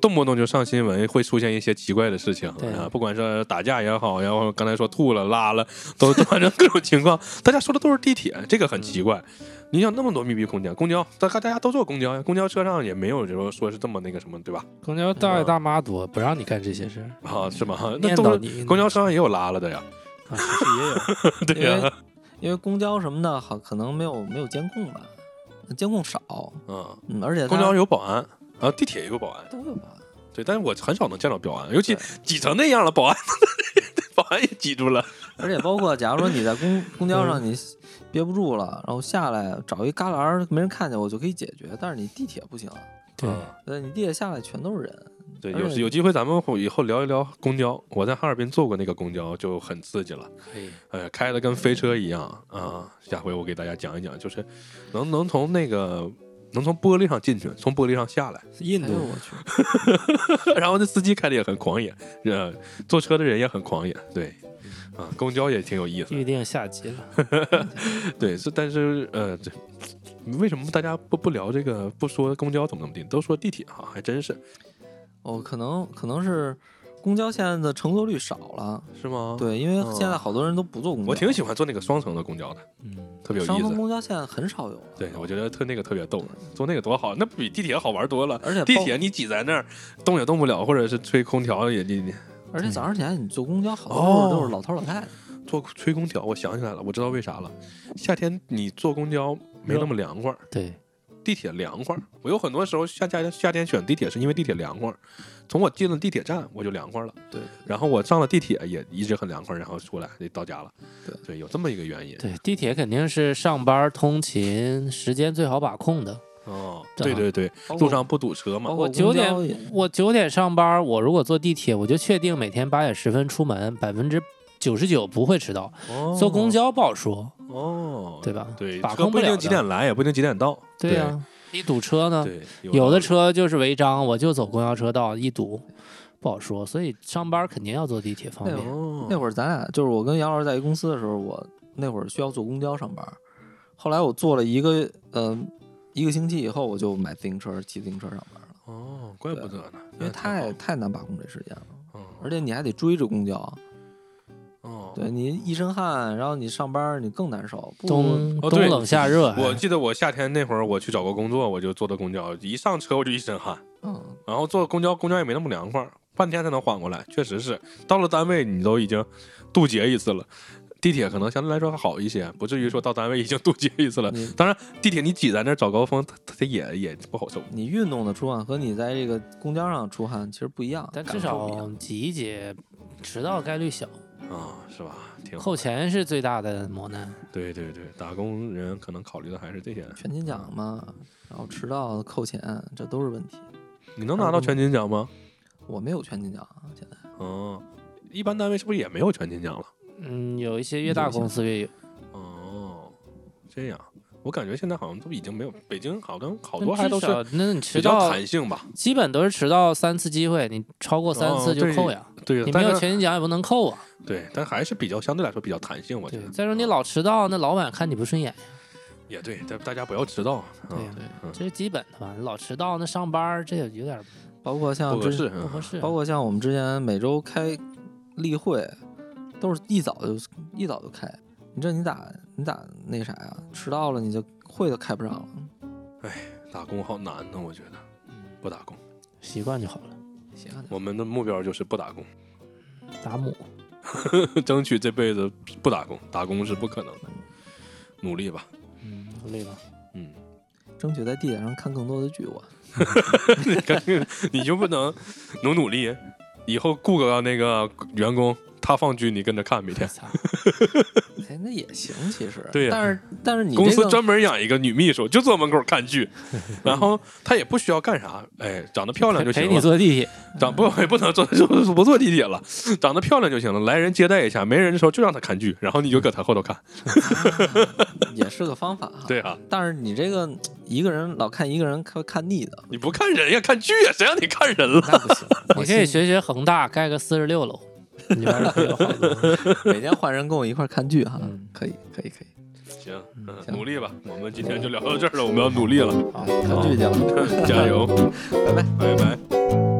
S4: 动不动就上新闻，会出现一些奇怪的事情
S6: 对
S4: 啊，不管是打架也好，然后刚才说吐了、拉了，都反正各种情况，大家说的都是地铁，这个很奇怪。
S6: 嗯
S4: 你想那么多密闭空间，公交大家大家都坐公交呀，公交车上也没有说说是这么那个什么，对吧？
S6: 公交大爷大妈多，不让你干这些事儿，
S4: 啊，是吗？那
S6: 念
S4: 都
S6: 叨
S4: 是
S6: 你。
S4: 公交车上也有拉了的呀，
S6: 啊，其实也有，
S4: 对呀、
S5: 因为公交什么的，好可能没有没有监控吧，监控少，
S4: 嗯，
S5: 嗯，而且它
S4: 公交有保安，然后地铁也有保安。
S5: 都有啊吧。
S4: 对，但是我很少能见到保安，尤其
S5: 对
S4: 挤成那样了，保安 保安也挤住了。
S5: 而且包括，假如说你在公公交上你憋不住了，然后下来找一旮旯儿没人看见，我就可以解决。但是你地铁不行，
S6: 对，
S5: 对，你地铁下来全都是人，
S4: 嗯对，
S5: 而
S4: 有
S5: 且
S4: 有机会咱们以后聊一聊公交。我在哈尔滨坐过那个公交，就很刺激了，
S6: 可以。
S4: 呃，开的跟飞车一样啊、下回我给大家讲一讲，就是能能从那个能从玻璃上进去，从玻璃上下来，
S6: 印
S5: 哎呦
S6: 度
S5: 我去，
S4: 然后那司机开的也很狂野，呃，坐车的人也很狂野，对，
S5: 嗯
S4: 啊、公交也挺有意思的。
S6: 预定下集了，
S4: 对，是但是呃，这为什么大家不不聊这个，不说公交怎么怎么地，都说地铁哈、还真是
S5: 哦，可能可能是公交现在的乘坐率少了，
S4: 是吗？，
S5: 对，因为
S4: 嗯
S5: 现在好多人都不坐公交，
S4: 我挺喜欢坐那个双层的公交的，
S6: 嗯，
S4: 特别有
S5: 商
S4: 意
S5: 通
S4: 思。
S5: 公交现在很少有了，
S4: 对，我觉得特那个特别逗，坐那个多好，那比地铁好玩多了。
S5: 而且
S4: 地
S5: 包
S4: 铁你挤在那儿动也动不了，或者是吹空调也你你
S5: 而且早上起来你坐公交好
S4: 哦
S5: 多都是老头老太太，
S4: 坐吹空调，我想起来了，我知道为啥了。夏天你坐公交没那么凉快儿，
S6: 对，
S4: 地铁凉快儿。我有很多时候夏夏夏天选地铁是因为地铁凉快儿，从我进了地铁站我就凉快儿了。
S5: 对，
S4: 然后我上了地铁也一直很凉快，然后出来就到家了。
S5: 对
S4: 有这么一个原因。
S6: 对，地铁肯定是上班通勤时间最好把控的。
S4: 哦，对
S6: 对
S4: 对对，
S5: 包括
S4: 路上不堵车嘛
S5: 包。
S6: 我
S5: 括
S6: 九
S5: 公
S6: 点
S5: 交也，
S6: 我九点上班，我如果坐地铁，我就确定每天八点十分出门，百分之九十九不会迟到。
S4: 哦
S6: 坐公交不好说，
S4: 哦，
S6: 对吧？
S4: 对，
S6: 把
S4: 车
S6: 控
S4: 不一
S6: 了
S4: 定
S6: 的
S4: 几。点来，也不一定几点到。
S6: 对啊呀、一堵车呢，
S4: 对，
S6: 有的
S4: 道理
S6: 车就是违章，我就走公交车道，一堵不好说。所以上班肯定要坐地铁方
S5: 那
S6: 便。
S4: 哦，
S5: 那会儿咱俩就是我跟杨老师在一公司的时候，我那会儿需要坐公交上班，后来我坐了一个呃一个星期以后，我就买自行车骑自行车上班了，
S4: 哦，怪不得呢，
S5: 因为
S4: 那挺好
S5: 太太难把控这时间了，
S4: 嗯
S5: 而且你还得追着公交，
S4: 哦，
S5: 对你一身汗，然后你上班你更难受，不如
S6: 冬
S4: 哦
S6: 冬
S4: 对
S6: 冷夏热，
S4: 我
S6: 哎
S4: 记得我夏天那会儿我去找过工作，我就坐的公交，一上车我就一身汗，
S5: 嗯
S4: 然后坐公交，公交也没那么凉快，半天才能缓过来。确实是，到了单位你都已经渡劫一次了，地铁可能相对来说还好一些，不至于说到单位已经渡劫一次了。
S5: 你
S4: 当然，地铁你挤在那儿找高峰，它它它也也不好受。
S5: 你运动的出汗和你在这个公交上出汗其实不一样，
S6: 但
S5: 感
S6: 至
S5: 受不一
S4: 哦
S5: 样
S6: 少挤一挤，迟到概率小，
S4: 啊、是吧？挺好
S6: 扣钱是最大的磨难。
S4: 对对对，打工人可能考虑的还是这些。
S5: 全勤奖嘛，然后迟到扣钱，这都是问题。
S4: 你能拿到全勤奖吗？
S5: 我没有全勤奖，现在
S4: 嗯，一般单位是不是也没有全勤奖了？
S6: 嗯，有一些越大公司越有，
S4: 哦，这样，我感觉现在好像都已经没有，北京好像好多还
S6: 那
S4: 都
S6: 至
S4: 是
S6: 少那
S4: 比
S6: 你迟
S4: 较
S6: 到
S4: 弹性吧。
S6: 基本都是迟到三次机会，你超过三次
S4: 哦
S6: 就
S4: 对
S6: 扣呀。
S4: 对，
S6: 你没
S4: 但
S6: 有
S4: 是
S6: 全勤奖也不能扣啊。
S4: 对，但还是比较相对来说比较弹性，我觉
S6: 对
S4: 得，
S6: 再说你老迟到，那老板看你不顺眼。
S4: 也对，但大家不要迟到，
S6: 对呀
S4: 嗯，
S6: 这是基本的吧？你老迟到，那上班儿这也有点
S5: 包括像
S4: 不合
S5: 之
S4: 适，
S6: 不合
S4: 嗯
S6: 适。
S5: 包括像我们之前每周开例会，都是一早就一早就开。你这你咋你咋那啥呀？迟到了你就会都开不上了。
S4: 打工好难呢，我觉得不打工，
S6: 嗯习惯就好了。
S5: 行，啊
S4: 我们的目标就是不打工，
S6: 达姆，
S4: 争取这辈子不打工，打工是不可能的，努力吧，
S6: 嗯，累了。
S4: 嗯，
S5: 争取在地铁上看更多的剧。我
S4: 你就不能努努力，以后雇个那个员工他放军，你跟着看每天。
S6: 操
S5: 哎，那也行，其实
S4: 对呀
S5: 但是但是你
S4: 公
S5: 这
S4: 司
S5: 个
S4: 专门养一个女秘书，就坐门口看 剧，然后她也不需要干啥，哎，长得漂亮就
S6: 陪
S4: 行
S6: 你
S4: 了。
S6: 坐地铁，
S4: 长不也不能坐不坐地铁了，长得漂亮就行了。来人接待一下，没人的时候就让她看剧，然后你就搁她后头看。
S5: 也是个方法哈。
S4: 对啊，
S5: 但是你这个一个人老看一个人看看腻的，
S4: 你不看人呀，看剧呀，谁让你看人了？
S5: 那不 行。
S6: 你
S5: 我
S6: 可
S5: 心
S6: 以学学恒大盖个四十 六楼，你那儿有好多。
S5: 每天换人跟我一块儿看剧哈
S6: 嗯，
S5: 可以可以可以，
S4: 行，嗯，
S5: 行
S4: 努力吧。我们今天就聊到这儿了，我们要努力了，
S5: 看剧去了。
S4: 加油，
S5: 拜拜
S4: 嗯拜拜。
S5: 拜拜。